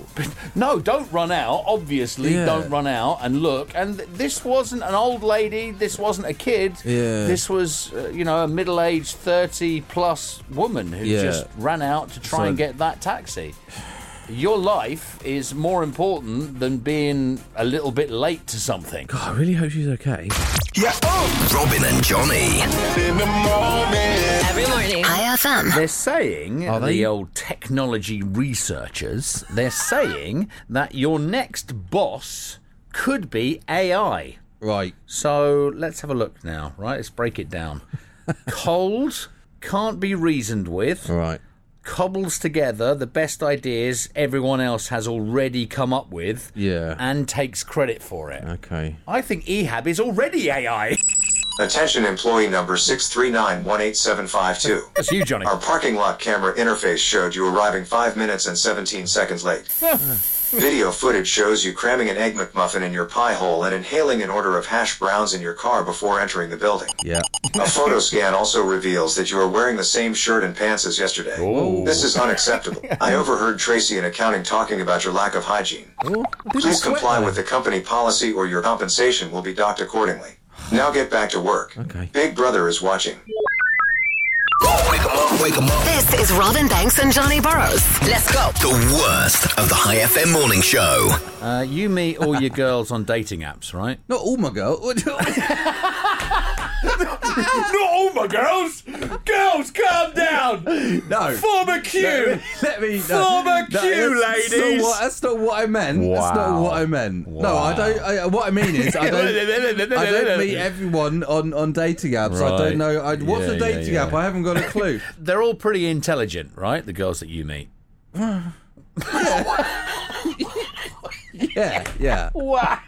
[SPEAKER 1] no, don't run out. Obviously,
[SPEAKER 2] Yeah.
[SPEAKER 1] don't run out and look. And th- this wasn't an old lady. This wasn't a kid.
[SPEAKER 2] Yeah.
[SPEAKER 1] This was, uh, you know, a middle-aged, thirty-plus woman who
[SPEAKER 2] Yeah.
[SPEAKER 1] just ran out to try
[SPEAKER 2] So-
[SPEAKER 1] and get that taxi. Your life is more important than being a little bit late to something.
[SPEAKER 2] I really hope she's okay.
[SPEAKER 3] Yeah. Robin and Johnny. In the morning.
[SPEAKER 4] Every morning. IFM.
[SPEAKER 1] They're saying,
[SPEAKER 2] Are they?
[SPEAKER 1] the old technology researchers, they're saying that your next boss could be AI.
[SPEAKER 2] Right.
[SPEAKER 1] So let's have a look now, right? Let's break it down. Cold, can't be reasoned with.
[SPEAKER 2] Right.
[SPEAKER 1] Cobbles together the best ideas everyone else has already come up with
[SPEAKER 2] Yeah.
[SPEAKER 1] and takes credit for it.
[SPEAKER 2] Okay.
[SPEAKER 1] I think Ehab is already AI.
[SPEAKER 14] Attention employee number 639187522.
[SPEAKER 1] [laughs] That's you,
[SPEAKER 14] [laughs]
[SPEAKER 1] Johnny.
[SPEAKER 14] Our parking lot camera interface showed you arriving 5 minutes and 17 seconds late. Video footage shows you cramming an egg McMuffin in your pie hole and inhaling an order of hash browns in your car before entering the building.
[SPEAKER 2] Yeah.
[SPEAKER 14] A photo scan also reveals that you are wearing the same shirt and pants as yesterday. This is unacceptable. I overheard Tracy in accounting talking about your lack of hygiene. Please comply with the company policy or your compensation will be docked accordingly. Now get back to work. Okay. Big Brother is watching.
[SPEAKER 4] This is Robin Banks and Johnny Burrows. Let's go.
[SPEAKER 3] The worst of the High FM morning show.
[SPEAKER 1] Uh, you meet all your girls on dating apps, right?
[SPEAKER 2] Not all my girls. [laughs]
[SPEAKER 1] Not all my girls. Girls, calm [laughs] down.
[SPEAKER 2] No.
[SPEAKER 1] [laughs] Form a queue.
[SPEAKER 2] Let me
[SPEAKER 1] Form a
[SPEAKER 2] no,
[SPEAKER 1] queue,
[SPEAKER 2] that's
[SPEAKER 1] ladies.
[SPEAKER 2] Not what, that's not what I meant. That's not
[SPEAKER 1] Wow.
[SPEAKER 2] what I meant. No, I
[SPEAKER 1] Wow.
[SPEAKER 2] don't. I, what I
[SPEAKER 1] [laughs]
[SPEAKER 2] mean is, I don't. I don't meet everyone on on dating apps. I
[SPEAKER 1] Right.
[SPEAKER 2] don't know. I, what's
[SPEAKER 1] Yeah,
[SPEAKER 2] a
[SPEAKER 1] yeah,
[SPEAKER 2] dating
[SPEAKER 1] yeah.
[SPEAKER 2] app? I haven't got
[SPEAKER 1] [laughs]
[SPEAKER 2] a clue.
[SPEAKER 1] They're all pretty intelligent, right? The girls that you meet.
[SPEAKER 2] yeah. Yeah.
[SPEAKER 1] Wow.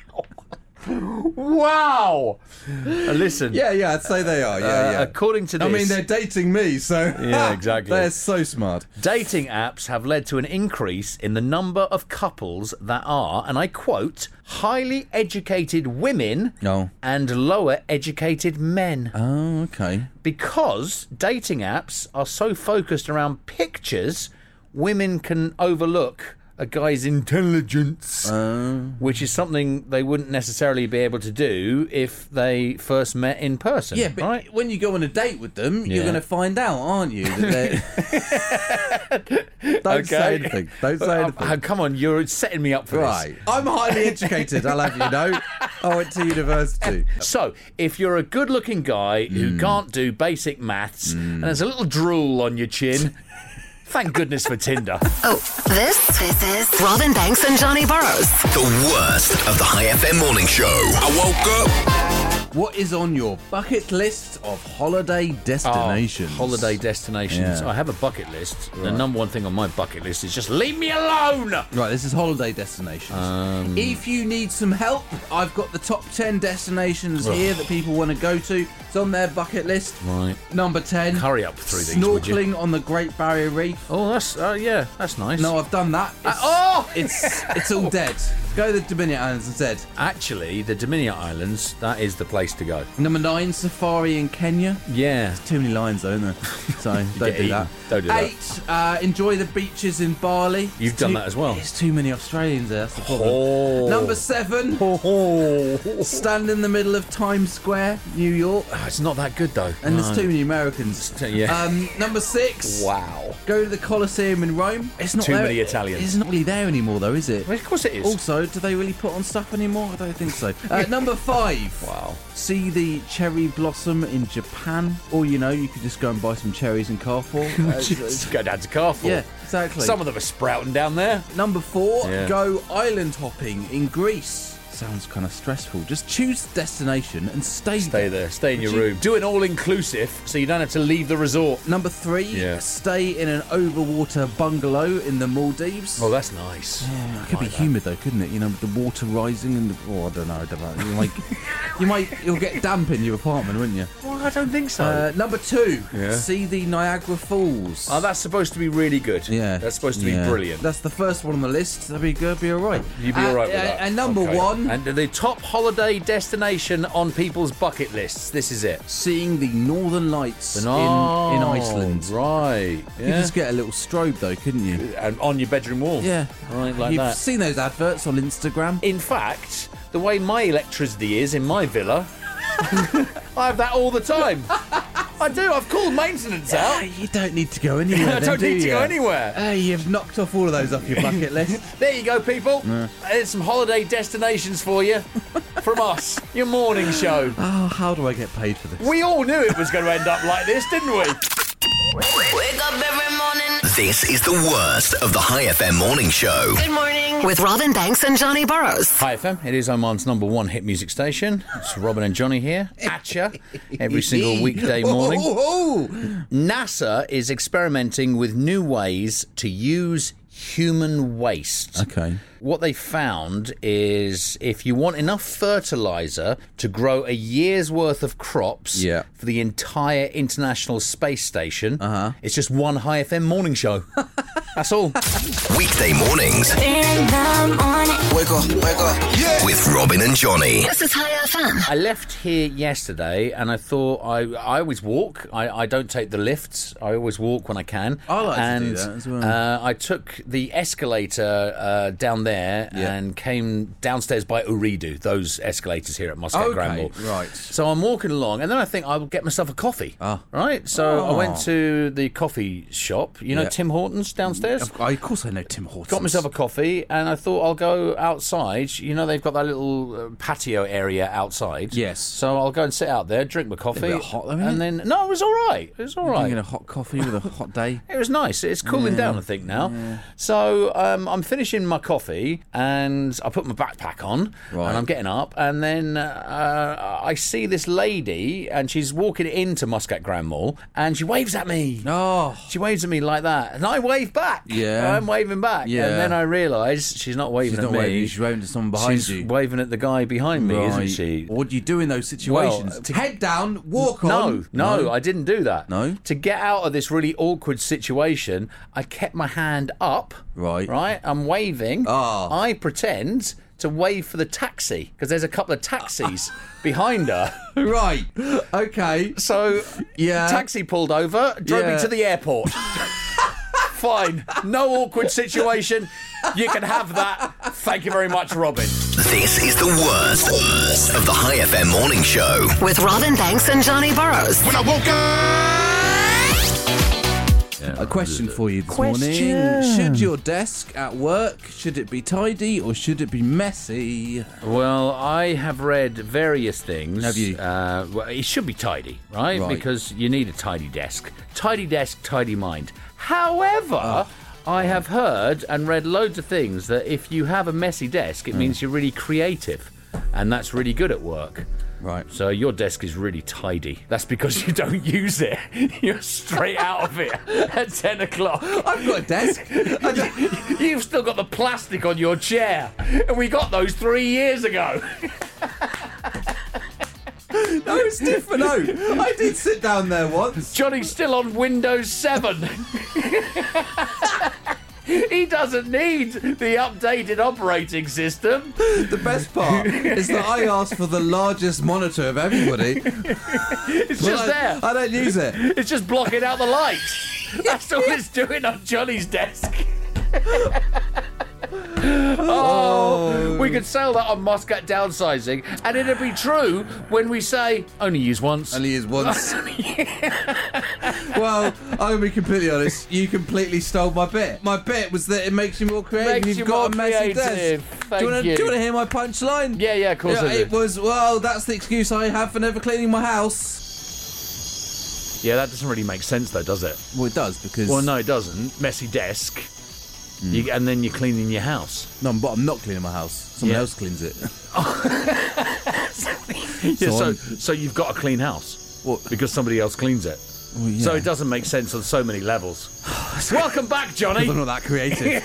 [SPEAKER 1] Wow. Uh, listen.
[SPEAKER 2] Yeah, yeah, I'd say they are. Yeah,
[SPEAKER 1] Uh,
[SPEAKER 2] yeah.
[SPEAKER 1] according to
[SPEAKER 2] I mean,
[SPEAKER 1] this-
[SPEAKER 2] they're dating me, so [laughs]
[SPEAKER 1] Yeah, exactly.
[SPEAKER 2] they're so smart.
[SPEAKER 1] Dating apps have led to an increase in the number of couples that are, and I quote, highly educated women
[SPEAKER 2] No.
[SPEAKER 1] and lower educated men.
[SPEAKER 2] Oh, okay.
[SPEAKER 1] Because dating apps are so focused around pictures, women can overlook a guy's intelligence,
[SPEAKER 2] Uh.
[SPEAKER 1] which is something they wouldn't necessarily be able to do if they first met in person.
[SPEAKER 2] Yeah, but when you go on a date with them,
[SPEAKER 1] Yeah.
[SPEAKER 2] you're going to find out, aren't you? That
[SPEAKER 1] [laughs]
[SPEAKER 2] they're... Don't say anything. Don't say anything.
[SPEAKER 1] Uh, come on, you're setting me up for
[SPEAKER 2] Right.
[SPEAKER 1] this.
[SPEAKER 2] I'm highly educated, I'll have you [laughs] know. I went to university.
[SPEAKER 1] So, if you're a good looking guy
[SPEAKER 2] Hmm.
[SPEAKER 1] who can't do basic maths and there's a little drool on your
[SPEAKER 2] [laughs]
[SPEAKER 1] chin, thank goodness for Tinder.
[SPEAKER 4] Oh, This, this is Robin Banks and Johnny Burrows.
[SPEAKER 3] The worst of the High FM morning show. I woke up.
[SPEAKER 2] What is on your bucket list of holiday destinations?
[SPEAKER 1] Ah, holiday destinations.
[SPEAKER 2] Yeah.
[SPEAKER 1] I have a bucket list. The
[SPEAKER 2] Right.
[SPEAKER 1] number one thing on my bucket list is just leave me alone.
[SPEAKER 2] Right, this is holiday destinations. If you need some help, I've got the top 10 destinations
[SPEAKER 1] Ugh.
[SPEAKER 2] here that people want to go to. It's on their bucket list.
[SPEAKER 1] Right.
[SPEAKER 2] Number 10.
[SPEAKER 1] Hurry up through these, would you?
[SPEAKER 2] Snorkeling on the Great Barrier Reef.
[SPEAKER 1] Oh, that's, uh, yeah, that's nice.
[SPEAKER 2] No, I've done that. It's,
[SPEAKER 1] oh!
[SPEAKER 2] It's, it's all dead. Go to the Dominion Islands instead.
[SPEAKER 1] Actually, the Dominion Islands, that is the place to go.
[SPEAKER 2] Number 9, safari in Kenya.
[SPEAKER 1] Yeah.
[SPEAKER 2] Too many lines, though, isn't there?
[SPEAKER 1] [laughs]
[SPEAKER 2] So don't do
[SPEAKER 1] get eaten.
[SPEAKER 2] that.
[SPEAKER 1] Don't do that.
[SPEAKER 2] Eight, Uh, enjoy the beaches in Bali.
[SPEAKER 1] You've
[SPEAKER 2] It's
[SPEAKER 1] done
[SPEAKER 2] too-
[SPEAKER 1] that as well.
[SPEAKER 2] There's too many Australians there. That's the problem.
[SPEAKER 1] Oh.
[SPEAKER 2] Number
[SPEAKER 1] [laughs]
[SPEAKER 2] seven. Oh. Stand in the middle of Times Square, New York.
[SPEAKER 1] Ah, It's not that good, though.
[SPEAKER 2] And
[SPEAKER 1] No.
[SPEAKER 2] there's too many Americans.
[SPEAKER 1] yeah.
[SPEAKER 2] Um, number six.
[SPEAKER 1] Wow.
[SPEAKER 2] Go to the Colosseum in Rome. It's not
[SPEAKER 1] Too
[SPEAKER 2] there-
[SPEAKER 1] many Italians.
[SPEAKER 2] It's not really there anymore, though, is it?
[SPEAKER 1] of course it is.
[SPEAKER 2] Also, do they really put on stuff anymore? I don't think so.
[SPEAKER 1] [laughs]
[SPEAKER 2] Uh, number five.
[SPEAKER 1] Wow.
[SPEAKER 2] See the cherry blossom in Japan, or you know, you could just go and buy some cherries
[SPEAKER 1] [laughs]
[SPEAKER 2] in Carrefour. Uh,
[SPEAKER 1] Just go down to Carrefour.
[SPEAKER 2] Yeah, exactly.
[SPEAKER 1] Some of them are sprouting down there.
[SPEAKER 2] Number four,
[SPEAKER 1] Yeah.
[SPEAKER 2] go island hopping in Greece. Sounds kind of stressful. Just choose the destination and stay,
[SPEAKER 1] Stay there. Stay in your room. Do an all-inclusive, so you don't have to leave the resort.
[SPEAKER 2] Number three,
[SPEAKER 1] Yeah.
[SPEAKER 2] stay in an overwater bungalow in the Maldives.
[SPEAKER 1] Oh, that's nice.
[SPEAKER 2] It could be humid though, couldn't it? You know, with the water rising and the, oh, I don't know. I don't know.
[SPEAKER 1] [laughs]
[SPEAKER 2] You might, you might, you'll get damp in your apartment, wouldn't you?
[SPEAKER 1] Well, I don't think so.
[SPEAKER 2] Uh, number two,
[SPEAKER 1] Oh. Yeah.
[SPEAKER 2] see the Niagara Falls.
[SPEAKER 1] oh, that's supposed to be really good.
[SPEAKER 2] Yeah,
[SPEAKER 1] That's supposed to be
[SPEAKER 2] yeah.
[SPEAKER 1] brilliant.
[SPEAKER 2] That's the first one on the list. That'd be good. Be all right.
[SPEAKER 1] You'd be all right with
[SPEAKER 2] Uh,
[SPEAKER 1] that.
[SPEAKER 2] And number
[SPEAKER 1] Okay.
[SPEAKER 2] one,
[SPEAKER 1] And the top holiday destination on people's bucket lists. This is it.
[SPEAKER 2] seeing the Northern Lights in, in
[SPEAKER 1] Oh,
[SPEAKER 2] Iceland.
[SPEAKER 1] Right.
[SPEAKER 2] You
[SPEAKER 1] Yeah.
[SPEAKER 2] could just get a little strobe though, couldn't you?
[SPEAKER 1] and on your bedroom wall.
[SPEAKER 2] Yeah.
[SPEAKER 1] Right, like
[SPEAKER 2] You've
[SPEAKER 1] that.
[SPEAKER 2] seen those adverts on Instagram.
[SPEAKER 1] In fact, the way my electricity is in my villa, [laughs] I have that all the time. I do. I've called maintenance
[SPEAKER 2] Ah,
[SPEAKER 1] out.
[SPEAKER 2] you don't need to go anywhere.
[SPEAKER 1] [laughs] I
[SPEAKER 2] then,
[SPEAKER 1] don't
[SPEAKER 2] do
[SPEAKER 1] need to go
[SPEAKER 2] you?
[SPEAKER 1] anywhere.
[SPEAKER 2] Hey, you've knocked off all of those off your bucket list.
[SPEAKER 1] [laughs] There you go, people. There's some holiday destinations for
[SPEAKER 2] [laughs]
[SPEAKER 1] you from us. Your morning show.
[SPEAKER 2] Oh, how do I get paid for this?
[SPEAKER 1] We all knew it was going to end up like this, didn't we?
[SPEAKER 4] Wake up every morning.
[SPEAKER 3] This is the worst of the High FM morning show.
[SPEAKER 4] Good morning. With Robin Banks and Johnny Burrows.
[SPEAKER 1] Hi FM, it is Oman's number one hit music station. It's Robin and Johnny here at ya every single
[SPEAKER 2] [laughs]
[SPEAKER 1] weekday morning.
[SPEAKER 2] Oh, oh,
[SPEAKER 1] NASA is experimenting with new ways to use human waste.
[SPEAKER 2] oh. Okay.
[SPEAKER 1] What they found is if you want enough fertilizer to grow a year's worth of crops
[SPEAKER 2] Yeah.
[SPEAKER 1] for the entire International Space Station, uh-huh. it's just one High FM morning
[SPEAKER 2] [laughs]
[SPEAKER 1] show. That's all.
[SPEAKER 3] Weekday mornings
[SPEAKER 12] Wake up, wake up.
[SPEAKER 3] with Robin and Johnny.
[SPEAKER 4] This is High
[SPEAKER 1] [laughs]
[SPEAKER 4] FM.
[SPEAKER 1] I left here yesterday and I thought I I always walk. I, I don't take the lifts. I always walk when I can.
[SPEAKER 2] I like to do
[SPEAKER 1] and,
[SPEAKER 2] that as well.
[SPEAKER 1] Uh, I took the escalator uh, down there
[SPEAKER 2] Yeah.
[SPEAKER 1] and came downstairs by Uridu, those escalators here at Muscat
[SPEAKER 2] Okay,
[SPEAKER 1] Granville.
[SPEAKER 2] right.
[SPEAKER 1] So I'm walking along and then I think I will get myself a coffee.
[SPEAKER 2] Ah.
[SPEAKER 1] Right? So I went
[SPEAKER 2] Oh.
[SPEAKER 1] to the coffee shop, you know
[SPEAKER 2] Yeah.
[SPEAKER 1] Tim Hortons downstairs?
[SPEAKER 2] Of, I- of course, I know Tim Hortons.
[SPEAKER 1] Got myself a coffee and I thought I'll go outside. You know, they've got that little uh, patio area outside.
[SPEAKER 2] Yes.
[SPEAKER 1] So I'll go and sit out there, drink my coffee.
[SPEAKER 2] bit hot though, isn't
[SPEAKER 1] and
[SPEAKER 2] it?
[SPEAKER 1] then, no, it was all right. It was all right.
[SPEAKER 2] Drinking a hot coffee with a hot day.
[SPEAKER 1] It was nice. It's cooling down, I think, now. So um, I'm finishing my coffee and I put my backpack on
[SPEAKER 2] Right.
[SPEAKER 1] and I'm getting up. And then uh, I see this lady and she's walking into Muscat Grand Mall and she waves at me.
[SPEAKER 2] Oh.
[SPEAKER 1] She waves at me like that, and I wave back.
[SPEAKER 2] Yeah.
[SPEAKER 1] I'm waving back.
[SPEAKER 2] Yeah.
[SPEAKER 1] And then I realise she's not waving
[SPEAKER 2] She's
[SPEAKER 1] at
[SPEAKER 2] not
[SPEAKER 1] me.
[SPEAKER 2] waving at you, she's waving to someone behind
[SPEAKER 1] She's
[SPEAKER 2] you.
[SPEAKER 1] waving at the guy behind me, isn't
[SPEAKER 2] Right.
[SPEAKER 1] she?
[SPEAKER 2] What do you do in those situations?
[SPEAKER 1] to-
[SPEAKER 2] Head down, walk
[SPEAKER 1] No,
[SPEAKER 2] on.
[SPEAKER 1] no, I didn't do that.
[SPEAKER 2] No?
[SPEAKER 1] To get out of this really awkward situation, I kept my hand up.
[SPEAKER 2] Right.
[SPEAKER 1] Right? I'm waving.
[SPEAKER 2] Ah.
[SPEAKER 1] I pretend to wave for the taxi because there's a couple of
[SPEAKER 2] [laughs]
[SPEAKER 1] taxis behind her. [gasps]
[SPEAKER 2] Right. Okay.
[SPEAKER 1] So,
[SPEAKER 2] Yeah.
[SPEAKER 1] taxi pulled over, drove [laughs]
[SPEAKER 2] Yeah.
[SPEAKER 1] me to the airport. fine. No awkward situation. You can have that. Thank you very much, Robin.
[SPEAKER 3] This is the worst, worst of the High FM morning show.
[SPEAKER 4] With Robin Banks and Johnny Burrows. When I woke up.
[SPEAKER 2] A question for you this morning.
[SPEAKER 4] Question.
[SPEAKER 2] Should your desk at work, should it be tidy or should it be messy?
[SPEAKER 1] Well, I have read various things. Have you? Uh, well, it should be tidy, right?
[SPEAKER 2] Right.
[SPEAKER 1] Because you need a tidy desk. Tidy desk, tidy mind. However, I have heard and read loads of things that if you have a messy desk, it means you're really creative, and that's really good at work.
[SPEAKER 2] Right.
[SPEAKER 1] So your desk is really tidy. That's because you don't [laughs] use it. You're straight out of it at 10 o'clock. I've
[SPEAKER 2] got
[SPEAKER 1] [laughs]
[SPEAKER 2] a desk.
[SPEAKER 1] You've still got the plastic on your chair. And we got those three years ago.
[SPEAKER 2] [laughs] No, it's different. No, I did sit down there once.
[SPEAKER 1] Johnny's still on Windows 7. [laughs] He doesn't need the updated operating system.
[SPEAKER 2] The best part is that I asked for the largest monitor of everybody.
[SPEAKER 1] It's
[SPEAKER 2] Well,
[SPEAKER 1] just
[SPEAKER 2] I-
[SPEAKER 1] there.
[SPEAKER 2] I don't use it.
[SPEAKER 1] It's just blocking out the light. [laughs] That's all it's doing on Johnny's [laughs] desk. oh, we could sell that on Muscat downsizing, and it'd be true when we say only use once.
[SPEAKER 2] Only
[SPEAKER 1] [laughs]
[SPEAKER 2] use once. well, I'm gonna be completely honest. You completely stole my bit. My bit was that it makes you more creative.
[SPEAKER 1] Makes
[SPEAKER 2] You've
[SPEAKER 1] you
[SPEAKER 2] got
[SPEAKER 1] more
[SPEAKER 2] a messy
[SPEAKER 1] creative.
[SPEAKER 2] desk.
[SPEAKER 1] Thank
[SPEAKER 2] do, you wanna,
[SPEAKER 1] you.
[SPEAKER 2] do you want to hear my punchline?
[SPEAKER 1] Yeah, yeah, of course I do.
[SPEAKER 2] It was well. That's the excuse I have for never cleaning my house.
[SPEAKER 1] Yeah, that doesn't really make sense, though, does it?
[SPEAKER 2] Well, it does because
[SPEAKER 1] Well, no, it doesn't. Messy desk, you, and then you're cleaning your house.
[SPEAKER 2] no, but I'm not cleaning my house. Someone
[SPEAKER 1] Yeah.
[SPEAKER 2] else cleans it.
[SPEAKER 1] [laughs]
[SPEAKER 2] [laughs]
[SPEAKER 1] Yeah,
[SPEAKER 2] So
[SPEAKER 1] so
[SPEAKER 2] I'm-
[SPEAKER 1] so you've got a clean house because somebody else cleans it. So it doesn't make sense on so many [sighs] levels. Welcome back, Johnny.
[SPEAKER 2] [laughs] I'm not that [laughs] creative.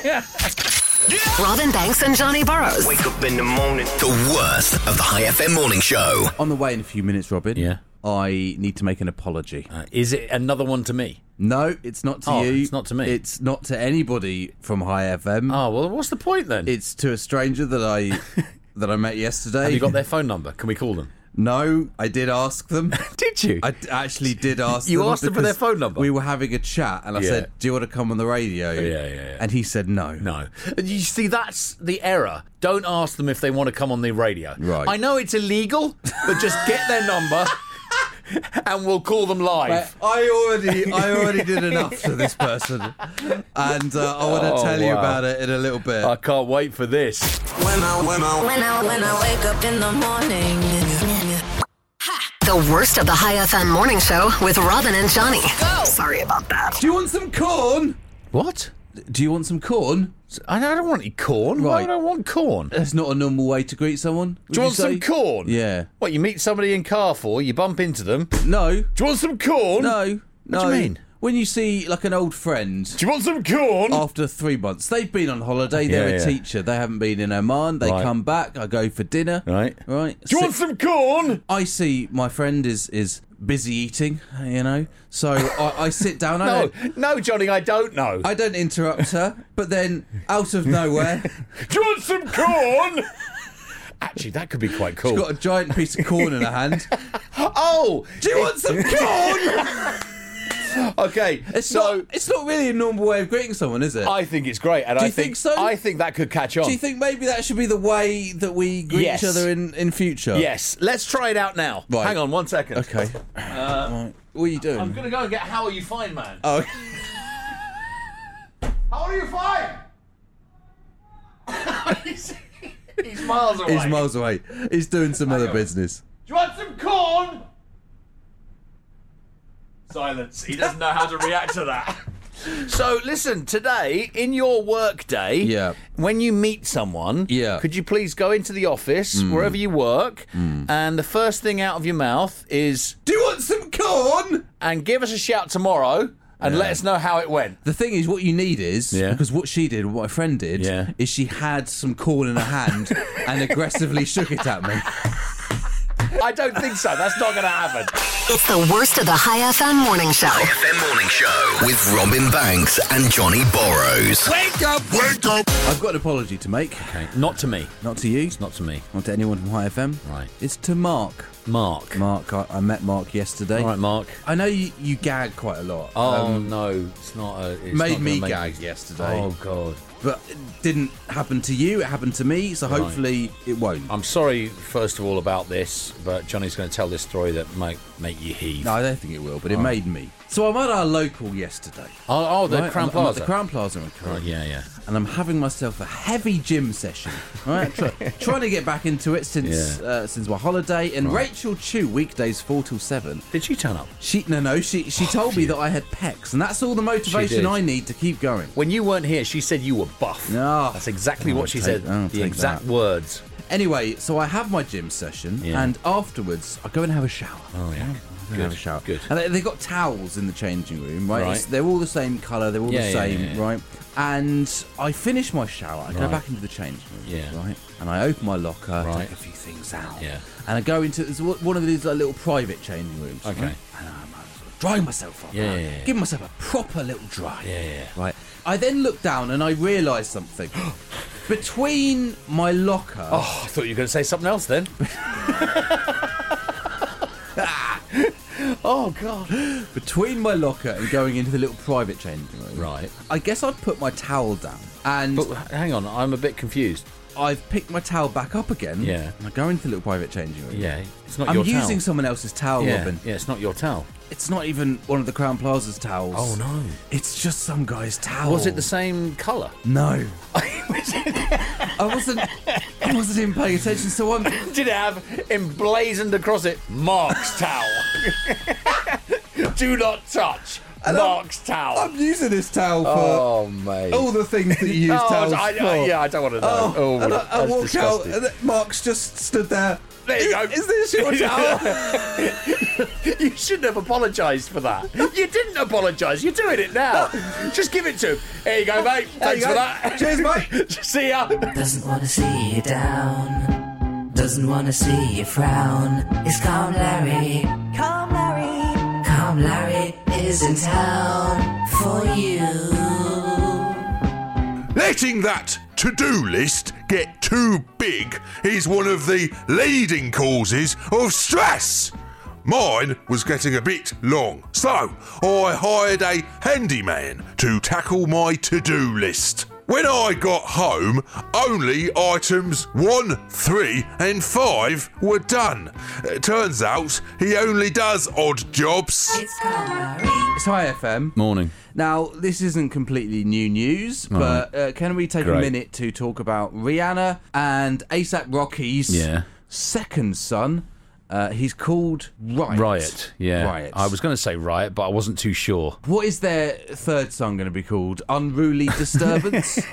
[SPEAKER 4] Robin Banks and Johnny Burrows.
[SPEAKER 3] Wake up in the morning. The worst of the High FM morning show.
[SPEAKER 2] On the way in a few minutes, Robin. Yeah. I need to make an apology.
[SPEAKER 1] Uh, is it another one to me?
[SPEAKER 2] No, it's not to
[SPEAKER 1] Oh,
[SPEAKER 2] you.
[SPEAKER 1] it's not to me.
[SPEAKER 2] It's not to anybody from High FM.
[SPEAKER 1] Oh well, what's the point then?
[SPEAKER 2] It's to a stranger
[SPEAKER 1] [laughs]
[SPEAKER 2] that I that I met yesterday.
[SPEAKER 1] Have you got their phone number? Can we call them?
[SPEAKER 2] No, I did ask them.
[SPEAKER 1] did you?
[SPEAKER 2] I d-
[SPEAKER 1] [laughs]
[SPEAKER 2] actually did ask.
[SPEAKER 1] You asked them for their
[SPEAKER 2] because
[SPEAKER 1] phone number?
[SPEAKER 2] We were having a chat, and I
[SPEAKER 1] Yeah.
[SPEAKER 2] said, "Do you want to come on the radio?"
[SPEAKER 1] Yeah, yeah, yeah.
[SPEAKER 2] And he said no.
[SPEAKER 1] No. You see, that's the error. Don't ask them if they want to come on the radio.
[SPEAKER 2] Right.
[SPEAKER 1] I know it's illegal, but just get their
[SPEAKER 2] [laughs]
[SPEAKER 1] number and we'll call them live.
[SPEAKER 2] I already, I already did enough to this person, and uh, I want to
[SPEAKER 1] Oh,
[SPEAKER 2] tell you
[SPEAKER 1] wow. Uh,
[SPEAKER 2] about it in a little bit.
[SPEAKER 1] I can't wait for this.
[SPEAKER 12] When I, when I, when I, when I wake up in the morning.
[SPEAKER 4] The worst of the High FM morning show with Robin and Johnny. Go. Sorry about that.
[SPEAKER 2] Do you want some corn?
[SPEAKER 1] What?
[SPEAKER 2] Do you want some corn?
[SPEAKER 1] I don't want any corn. Why
[SPEAKER 2] Right.
[SPEAKER 1] would I want corn?
[SPEAKER 2] That's not a normal way to greet someone. would
[SPEAKER 1] Do you want
[SPEAKER 2] say?
[SPEAKER 1] some corn?
[SPEAKER 2] Yeah.
[SPEAKER 1] What, you meet somebody in Carrefour, you bump into them.
[SPEAKER 2] No.
[SPEAKER 1] Do you want some corn?
[SPEAKER 2] No.
[SPEAKER 1] What do
[SPEAKER 2] no.
[SPEAKER 1] you mean?
[SPEAKER 2] When you see like an old friend
[SPEAKER 1] Do you want some corn?
[SPEAKER 2] after three months, they've been on holiday. They're
[SPEAKER 1] Yeah,
[SPEAKER 2] a
[SPEAKER 1] yeah.
[SPEAKER 2] teacher. They haven't been in Oman. They
[SPEAKER 1] Right.
[SPEAKER 2] come back. I go for dinner.
[SPEAKER 1] Right.
[SPEAKER 2] Right.
[SPEAKER 1] Do you want some corn?
[SPEAKER 2] I see my friend is is busy eating. You know. So I, I sit down. I
[SPEAKER 1] No, [laughs]
[SPEAKER 2] don't,
[SPEAKER 1] no, Johnny, I don't know.
[SPEAKER 2] I don't interrupt her. But then out of nowhere,
[SPEAKER 1] Do you want some corn? Actually, that could be quite cool.
[SPEAKER 2] got a giant piece of corn in her hand.
[SPEAKER 1] Oh,
[SPEAKER 2] Do you want some
[SPEAKER 1] [laughs]
[SPEAKER 2] corn?
[SPEAKER 1] okay.
[SPEAKER 2] It's
[SPEAKER 1] so
[SPEAKER 2] not. It's not really a normal way of greeting someone, is it?
[SPEAKER 1] I think it's great, and
[SPEAKER 2] Do
[SPEAKER 1] I
[SPEAKER 2] you think so?
[SPEAKER 1] I think that could catch on.
[SPEAKER 2] Do you think maybe that should be the way that we greet
[SPEAKER 1] Yes.
[SPEAKER 2] each other in in future?
[SPEAKER 1] yes, let's try it out now.
[SPEAKER 2] Right.
[SPEAKER 1] Hang on one second.
[SPEAKER 2] Okay. Right. What are you doing?
[SPEAKER 1] Uh, I'm gonna go and get How Are You Fine Man. [laughs]
[SPEAKER 2] Oh. [laughs]
[SPEAKER 1] How are you fine? he's, [laughs] he's miles away.
[SPEAKER 2] He's miles away. He's doing some other business.
[SPEAKER 1] Do you want some corn? Silence. He doesn't know how to react to that. [laughs] So listen, today in your work day,
[SPEAKER 2] Yeah.
[SPEAKER 1] when you meet someone,
[SPEAKER 2] Yeah.
[SPEAKER 1] could you please go into the office wherever you work and the first thing out of your mouth is
[SPEAKER 2] Do you want some corn?
[SPEAKER 1] and give us a shout tomorrow and let us know how it went.
[SPEAKER 2] The thing is, what you need is
[SPEAKER 1] Yeah.
[SPEAKER 2] because what she did, what my friend did,
[SPEAKER 1] Yeah. [laughs]
[SPEAKER 2] is she had some corn in her hand and aggressively shook it at me.
[SPEAKER 1] I don't think so. That's not going to happen.
[SPEAKER 4] It's the worst of the High FM morning show.
[SPEAKER 3] FM Morning Show with Robin Banks and Johnny Borrows.
[SPEAKER 4] Wake up, wake up.
[SPEAKER 2] I've got an apology to make. Okay.
[SPEAKER 1] Not to me.
[SPEAKER 2] Not to you.
[SPEAKER 1] It's not to me.
[SPEAKER 2] Not to anyone from High FM.
[SPEAKER 1] Right.
[SPEAKER 2] It's to Mark.
[SPEAKER 1] Mark.
[SPEAKER 2] Mark. I, I met Mark yesterday.
[SPEAKER 1] All right, Mark.
[SPEAKER 2] I know you, you gag quite a lot.
[SPEAKER 1] Oh
[SPEAKER 2] Um,
[SPEAKER 1] no, it's not a. It's
[SPEAKER 2] made
[SPEAKER 1] not gonna
[SPEAKER 2] me
[SPEAKER 1] make-
[SPEAKER 2] gag yesterday.
[SPEAKER 1] Oh god.
[SPEAKER 2] But it didn't happen to you. It happened to me. So
[SPEAKER 1] Right.
[SPEAKER 2] hopefully it won't.
[SPEAKER 1] I'm sorry, first of all, about this, but Johnny's going to tell this story that might make you heave.
[SPEAKER 2] No, I don't think it will, but it
[SPEAKER 1] Oh.
[SPEAKER 2] made me. So I'm at our local yesterday.
[SPEAKER 1] Oh, oh, the Crown
[SPEAKER 2] I'm, I'm at
[SPEAKER 1] Plaza.
[SPEAKER 2] the Crown Plaza in Croydon.
[SPEAKER 1] Right, yeah, yeah.
[SPEAKER 2] And I'm having myself a heavy gym
[SPEAKER 1] [laughs]
[SPEAKER 2] session. Right, Try, trying to get back into it since
[SPEAKER 1] Yeah.
[SPEAKER 2] uh, since my holiday. And
[SPEAKER 1] Right.
[SPEAKER 2] Rachel Chu weekdays four till seven.
[SPEAKER 1] Did she turn up?
[SPEAKER 2] She no no she she told me that I had pecs, and that's all the
[SPEAKER 1] did.
[SPEAKER 2] motivation I need to keep going. Ah.
[SPEAKER 1] When you weren't here, she said you were buff.
[SPEAKER 2] No,
[SPEAKER 1] That's exactly
[SPEAKER 2] I'll
[SPEAKER 1] what she
[SPEAKER 2] take-
[SPEAKER 1] said.
[SPEAKER 2] I'll
[SPEAKER 1] the
[SPEAKER 2] take
[SPEAKER 1] exact
[SPEAKER 2] that.
[SPEAKER 1] words.
[SPEAKER 2] Anyway, so I have my gym session,
[SPEAKER 1] Yeah.
[SPEAKER 2] and afterwards I go and have a shower.
[SPEAKER 1] Oh yeah.
[SPEAKER 2] Go and
[SPEAKER 1] Good.
[SPEAKER 2] Have a shower.
[SPEAKER 1] Good.
[SPEAKER 2] And they, they've got towels in the changing room, right?
[SPEAKER 1] Right.
[SPEAKER 2] It's- they're all the same colour, they're all
[SPEAKER 1] Yeah,
[SPEAKER 2] the
[SPEAKER 1] yeah,
[SPEAKER 2] same,
[SPEAKER 1] yeah, yeah.
[SPEAKER 2] right? And I finish my shower, I go
[SPEAKER 1] Right.
[SPEAKER 2] back into the changing room,
[SPEAKER 1] Yeah.
[SPEAKER 2] right? And I open my locker,
[SPEAKER 1] Right.
[SPEAKER 2] take a few things out,
[SPEAKER 1] Yeah.
[SPEAKER 2] and I go into it's one of these like, little private changing rooms.
[SPEAKER 1] Okay.
[SPEAKER 2] right? And I'm uh, drying myself off,
[SPEAKER 1] Yeah,
[SPEAKER 2] right?
[SPEAKER 1] yeah, yeah.
[SPEAKER 2] give myself a proper little dry.
[SPEAKER 1] Yeah, yeah.
[SPEAKER 2] Right. I then look down and I realise something. [gasps] Between my locker
[SPEAKER 1] Oh, I thought you were going to say something else then. [laughs]
[SPEAKER 2] Oh god! Between my locker and going into the little private changing room,
[SPEAKER 1] Right.
[SPEAKER 2] I guess I'd put my towel down, and
[SPEAKER 1] But hang on, I'm a bit confused.
[SPEAKER 2] I've picked my towel back up again.
[SPEAKER 1] Yeah.
[SPEAKER 2] and I go into the little private changing room.
[SPEAKER 1] Yeah, it's not
[SPEAKER 2] I'm
[SPEAKER 1] your towel.
[SPEAKER 2] using someone else's towel,
[SPEAKER 1] yeah,
[SPEAKER 2] Robin.
[SPEAKER 1] yeah, it's not your towel.
[SPEAKER 2] It's not even one of the Crown Plaza's towels.
[SPEAKER 1] Oh no.
[SPEAKER 2] It's just some guy's towel.
[SPEAKER 1] Was it the same colour? [laughs]
[SPEAKER 2] No. I wasn't. I wasn't even paying attention. So I'm.
[SPEAKER 1] Did it have emblazoned across it
[SPEAKER 2] [laughs]
[SPEAKER 1] Mark's towel? [laughs] Do not touch Mark's towel.
[SPEAKER 2] I'm using this towel for
[SPEAKER 1] Oh mate.
[SPEAKER 2] all the things that you use
[SPEAKER 1] [laughs] Oh,
[SPEAKER 2] towels
[SPEAKER 1] I- I-
[SPEAKER 2] for.
[SPEAKER 1] yeah, I don't want to know.
[SPEAKER 2] Oh,
[SPEAKER 1] Oh,
[SPEAKER 2] and I, I
[SPEAKER 1] that's
[SPEAKER 2] walk
[SPEAKER 1] disgusting.
[SPEAKER 2] out, and then Mark's just stood there.
[SPEAKER 1] There you go.
[SPEAKER 2] Is this your towel?
[SPEAKER 1] [laughs]
[SPEAKER 2] [laughs]
[SPEAKER 1] you shouldn't have apologised for that. You didn't apologise. You're doing it
[SPEAKER 2] [laughs]
[SPEAKER 1] now. Just give it to him. Here you go, mate. Thanks
[SPEAKER 2] you
[SPEAKER 1] for
[SPEAKER 2] go.
[SPEAKER 1] that.
[SPEAKER 2] Cheers,
[SPEAKER 1] [laughs]
[SPEAKER 2] mate.
[SPEAKER 1] See ya.
[SPEAKER 12] Doesn't wanna see you down. Doesn't wanna see you frown. It's Calm Larry. Calm Larry. Calm Larry is in town for you.
[SPEAKER 13] Letting that to do list get too big is one of the leading causes of stress. Mine was getting a bit long, so I hired a handyman to tackle my to do list. When I got home, only items 1, 3, and 5 were done. It turns out he only does odd jobs.
[SPEAKER 2] It's Hi FM.
[SPEAKER 1] Morning.
[SPEAKER 2] Now, this isn't completely new news, but uh, can we take a
[SPEAKER 1] Great.
[SPEAKER 2] minute to talk about Rihanna and ASAP Rocky's
[SPEAKER 1] Yeah.
[SPEAKER 2] second son? Uh, he's called Riot.
[SPEAKER 1] Riot. Yeah.
[SPEAKER 2] Riot.
[SPEAKER 1] I was going to say riot, but I wasn't too sure.
[SPEAKER 2] What is their third song going to be called?
[SPEAKER 1] [laughs]
[SPEAKER 2] Unruly Disturbance? [laughs]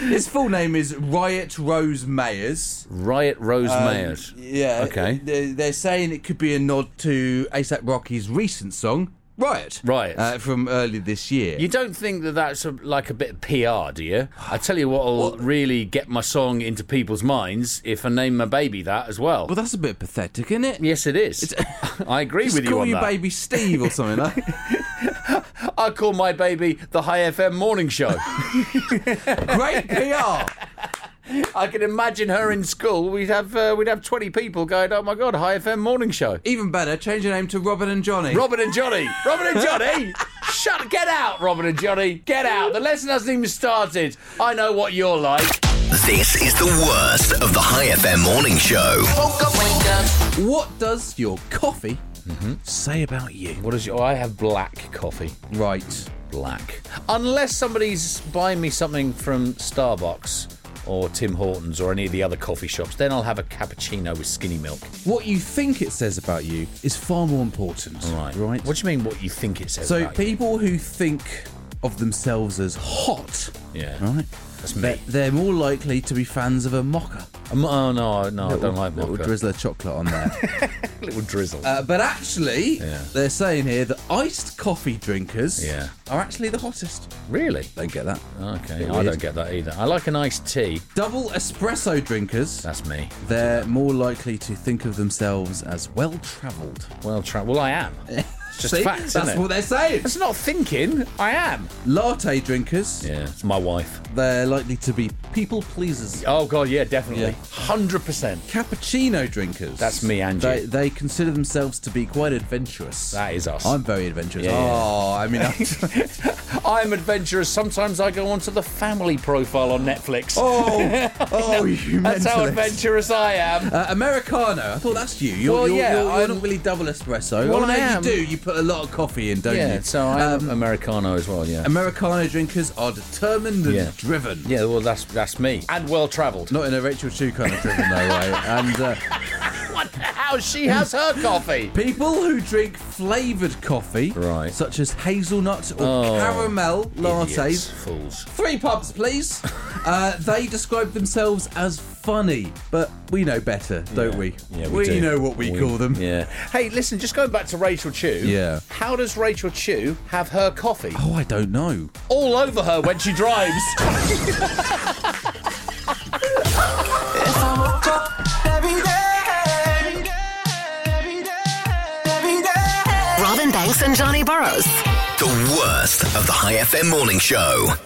[SPEAKER 2] His full name is Riot Rose Mayers.
[SPEAKER 1] Riot Rose
[SPEAKER 2] Um,
[SPEAKER 1] Mayers.
[SPEAKER 2] Yeah.
[SPEAKER 1] Okay.
[SPEAKER 2] They're, they're saying it could be a nod to ASAP Rocky's recent song, Riot.
[SPEAKER 1] Riot.
[SPEAKER 2] Uh, from earlier this year.
[SPEAKER 1] You don't think that that's a, like a bit of PR, do you? I tell you what'll really get my song into people's minds if I name my baby that as well.
[SPEAKER 2] well, that's a bit pathetic, isn't it?
[SPEAKER 1] yes, it is. [laughs] I agree
[SPEAKER 2] Just
[SPEAKER 1] with you
[SPEAKER 2] call
[SPEAKER 1] on
[SPEAKER 2] your
[SPEAKER 1] that.
[SPEAKER 2] baby Steve or something. Like.
[SPEAKER 1] [laughs] I call my baby the High FM Morning
[SPEAKER 2] [laughs]
[SPEAKER 1] Show.
[SPEAKER 2] Great PR.
[SPEAKER 1] I can imagine her in school. We'd have uh, we'd have twenty people going. Oh my god, High FM Morning Show.
[SPEAKER 2] Even better, change your name to Robin and Johnny.
[SPEAKER 1] Robin and
[SPEAKER 2] [laughs]
[SPEAKER 1] Johnny. Robin and Johnny. Shut. Get out, Robin and Johnny. Get out. The lesson hasn't even started. I know what you're like.
[SPEAKER 3] This is the worst of the High FM Morning Show.
[SPEAKER 2] what does your coffee say about you?
[SPEAKER 1] What is your? I have black coffee.
[SPEAKER 2] Right.
[SPEAKER 1] black. Unless somebody's buying me something from Starbucks or Tim Hortons or any of the other coffee shops, then I'll have a cappuccino with skinny milk.
[SPEAKER 2] What you think it says about you is far more important.
[SPEAKER 1] Right.
[SPEAKER 2] Right.
[SPEAKER 1] What do you mean what you think it says?
[SPEAKER 2] so
[SPEAKER 1] about you?
[SPEAKER 2] people who think of themselves as hot,
[SPEAKER 1] Yeah.
[SPEAKER 2] right?
[SPEAKER 1] That's
[SPEAKER 2] They're,
[SPEAKER 1] me.
[SPEAKER 2] they're more likely to be fans of a mocha.
[SPEAKER 1] Um, oh no, no, I
[SPEAKER 2] Little-
[SPEAKER 1] don't like mocha.
[SPEAKER 2] little drizzle of chocolate on there.
[SPEAKER 1] [laughs] little drizzle.
[SPEAKER 2] Uh, but actually, they're saying here that iced coffee drinkers
[SPEAKER 1] Yeah.
[SPEAKER 2] are actually the hottest.
[SPEAKER 1] Really?
[SPEAKER 2] Don't get that.
[SPEAKER 1] Okay,
[SPEAKER 2] Bit
[SPEAKER 1] I
[SPEAKER 2] weird.
[SPEAKER 1] don't get that either. I like an iced tea.
[SPEAKER 2] Double espresso drinkers.
[SPEAKER 1] That's me.
[SPEAKER 2] They're more likely to think of themselves as well travelled.
[SPEAKER 1] Well travelled. Well, I
[SPEAKER 2] [laughs]
[SPEAKER 1] am. It's just
[SPEAKER 2] See?
[SPEAKER 1] facts,
[SPEAKER 2] That's
[SPEAKER 1] isn't it?
[SPEAKER 2] what they're saying.
[SPEAKER 1] It's not thinking. I am.
[SPEAKER 2] Latte drinkers.
[SPEAKER 1] Yeah, it's my wife.
[SPEAKER 2] They're likely to be people pleasers.
[SPEAKER 1] Oh god, yeah, definitely. Hundred percent.
[SPEAKER 2] Cappuccino drinkers.
[SPEAKER 1] That's me, Angie.
[SPEAKER 2] They, they consider themselves to be quite adventurous.
[SPEAKER 1] That is us.
[SPEAKER 2] I'm very adventurous.
[SPEAKER 1] Yeah, yeah.
[SPEAKER 2] oh,
[SPEAKER 1] [laughs]
[SPEAKER 2] I mean, I-
[SPEAKER 1] I'm adventurous. Sometimes I go onto the family profile on Netflix.
[SPEAKER 2] Oh, oh, you
[SPEAKER 1] That's how
[SPEAKER 2] mentalist.
[SPEAKER 1] adventurous I am.
[SPEAKER 2] Uh, Americano. I thought that's you. You're,
[SPEAKER 1] Well,
[SPEAKER 2] you're,
[SPEAKER 1] yeah,
[SPEAKER 2] you're, you're
[SPEAKER 1] I'm-
[SPEAKER 2] not really double espresso.
[SPEAKER 1] Well,
[SPEAKER 2] Although
[SPEAKER 1] I
[SPEAKER 2] you
[SPEAKER 1] am.
[SPEAKER 2] do. You put a lot of coffee in, don't
[SPEAKER 1] yeah,
[SPEAKER 2] you? Um,
[SPEAKER 1] so I'm Americano as well. Yeah.
[SPEAKER 2] Americano drinkers are determined and
[SPEAKER 1] Yeah.
[SPEAKER 2] driven.
[SPEAKER 1] yeah, well, that's that's me. And well travelled.
[SPEAKER 2] Not in a Rachel Chu kind of driven, though, way.
[SPEAKER 1] [laughs]
[SPEAKER 2] And uh,
[SPEAKER 1] What the hell? She has her coffee.
[SPEAKER 2] people who drink flavoured coffee, right. such as hazelnut or
[SPEAKER 1] Oh,
[SPEAKER 2] caramel lattes,
[SPEAKER 1] idiots, fools.
[SPEAKER 2] three
[SPEAKER 1] [laughs]
[SPEAKER 2] pubs, please, uh, they describe themselves as funny. But we know better, don't we?
[SPEAKER 1] Yeah,
[SPEAKER 2] we
[SPEAKER 1] do.
[SPEAKER 2] know what we, call them.
[SPEAKER 1] Yeah. Hey, listen, just going back to Rachel Chew.
[SPEAKER 2] Yeah.
[SPEAKER 1] How does Rachel Chew have her coffee?
[SPEAKER 2] Oh, I don't know.
[SPEAKER 1] All over her when she drives.
[SPEAKER 10] If I woke up every day, every day, every day.
[SPEAKER 4] Robin Banks and Johnny Burrows.
[SPEAKER 3] The worst of the High FM morning show.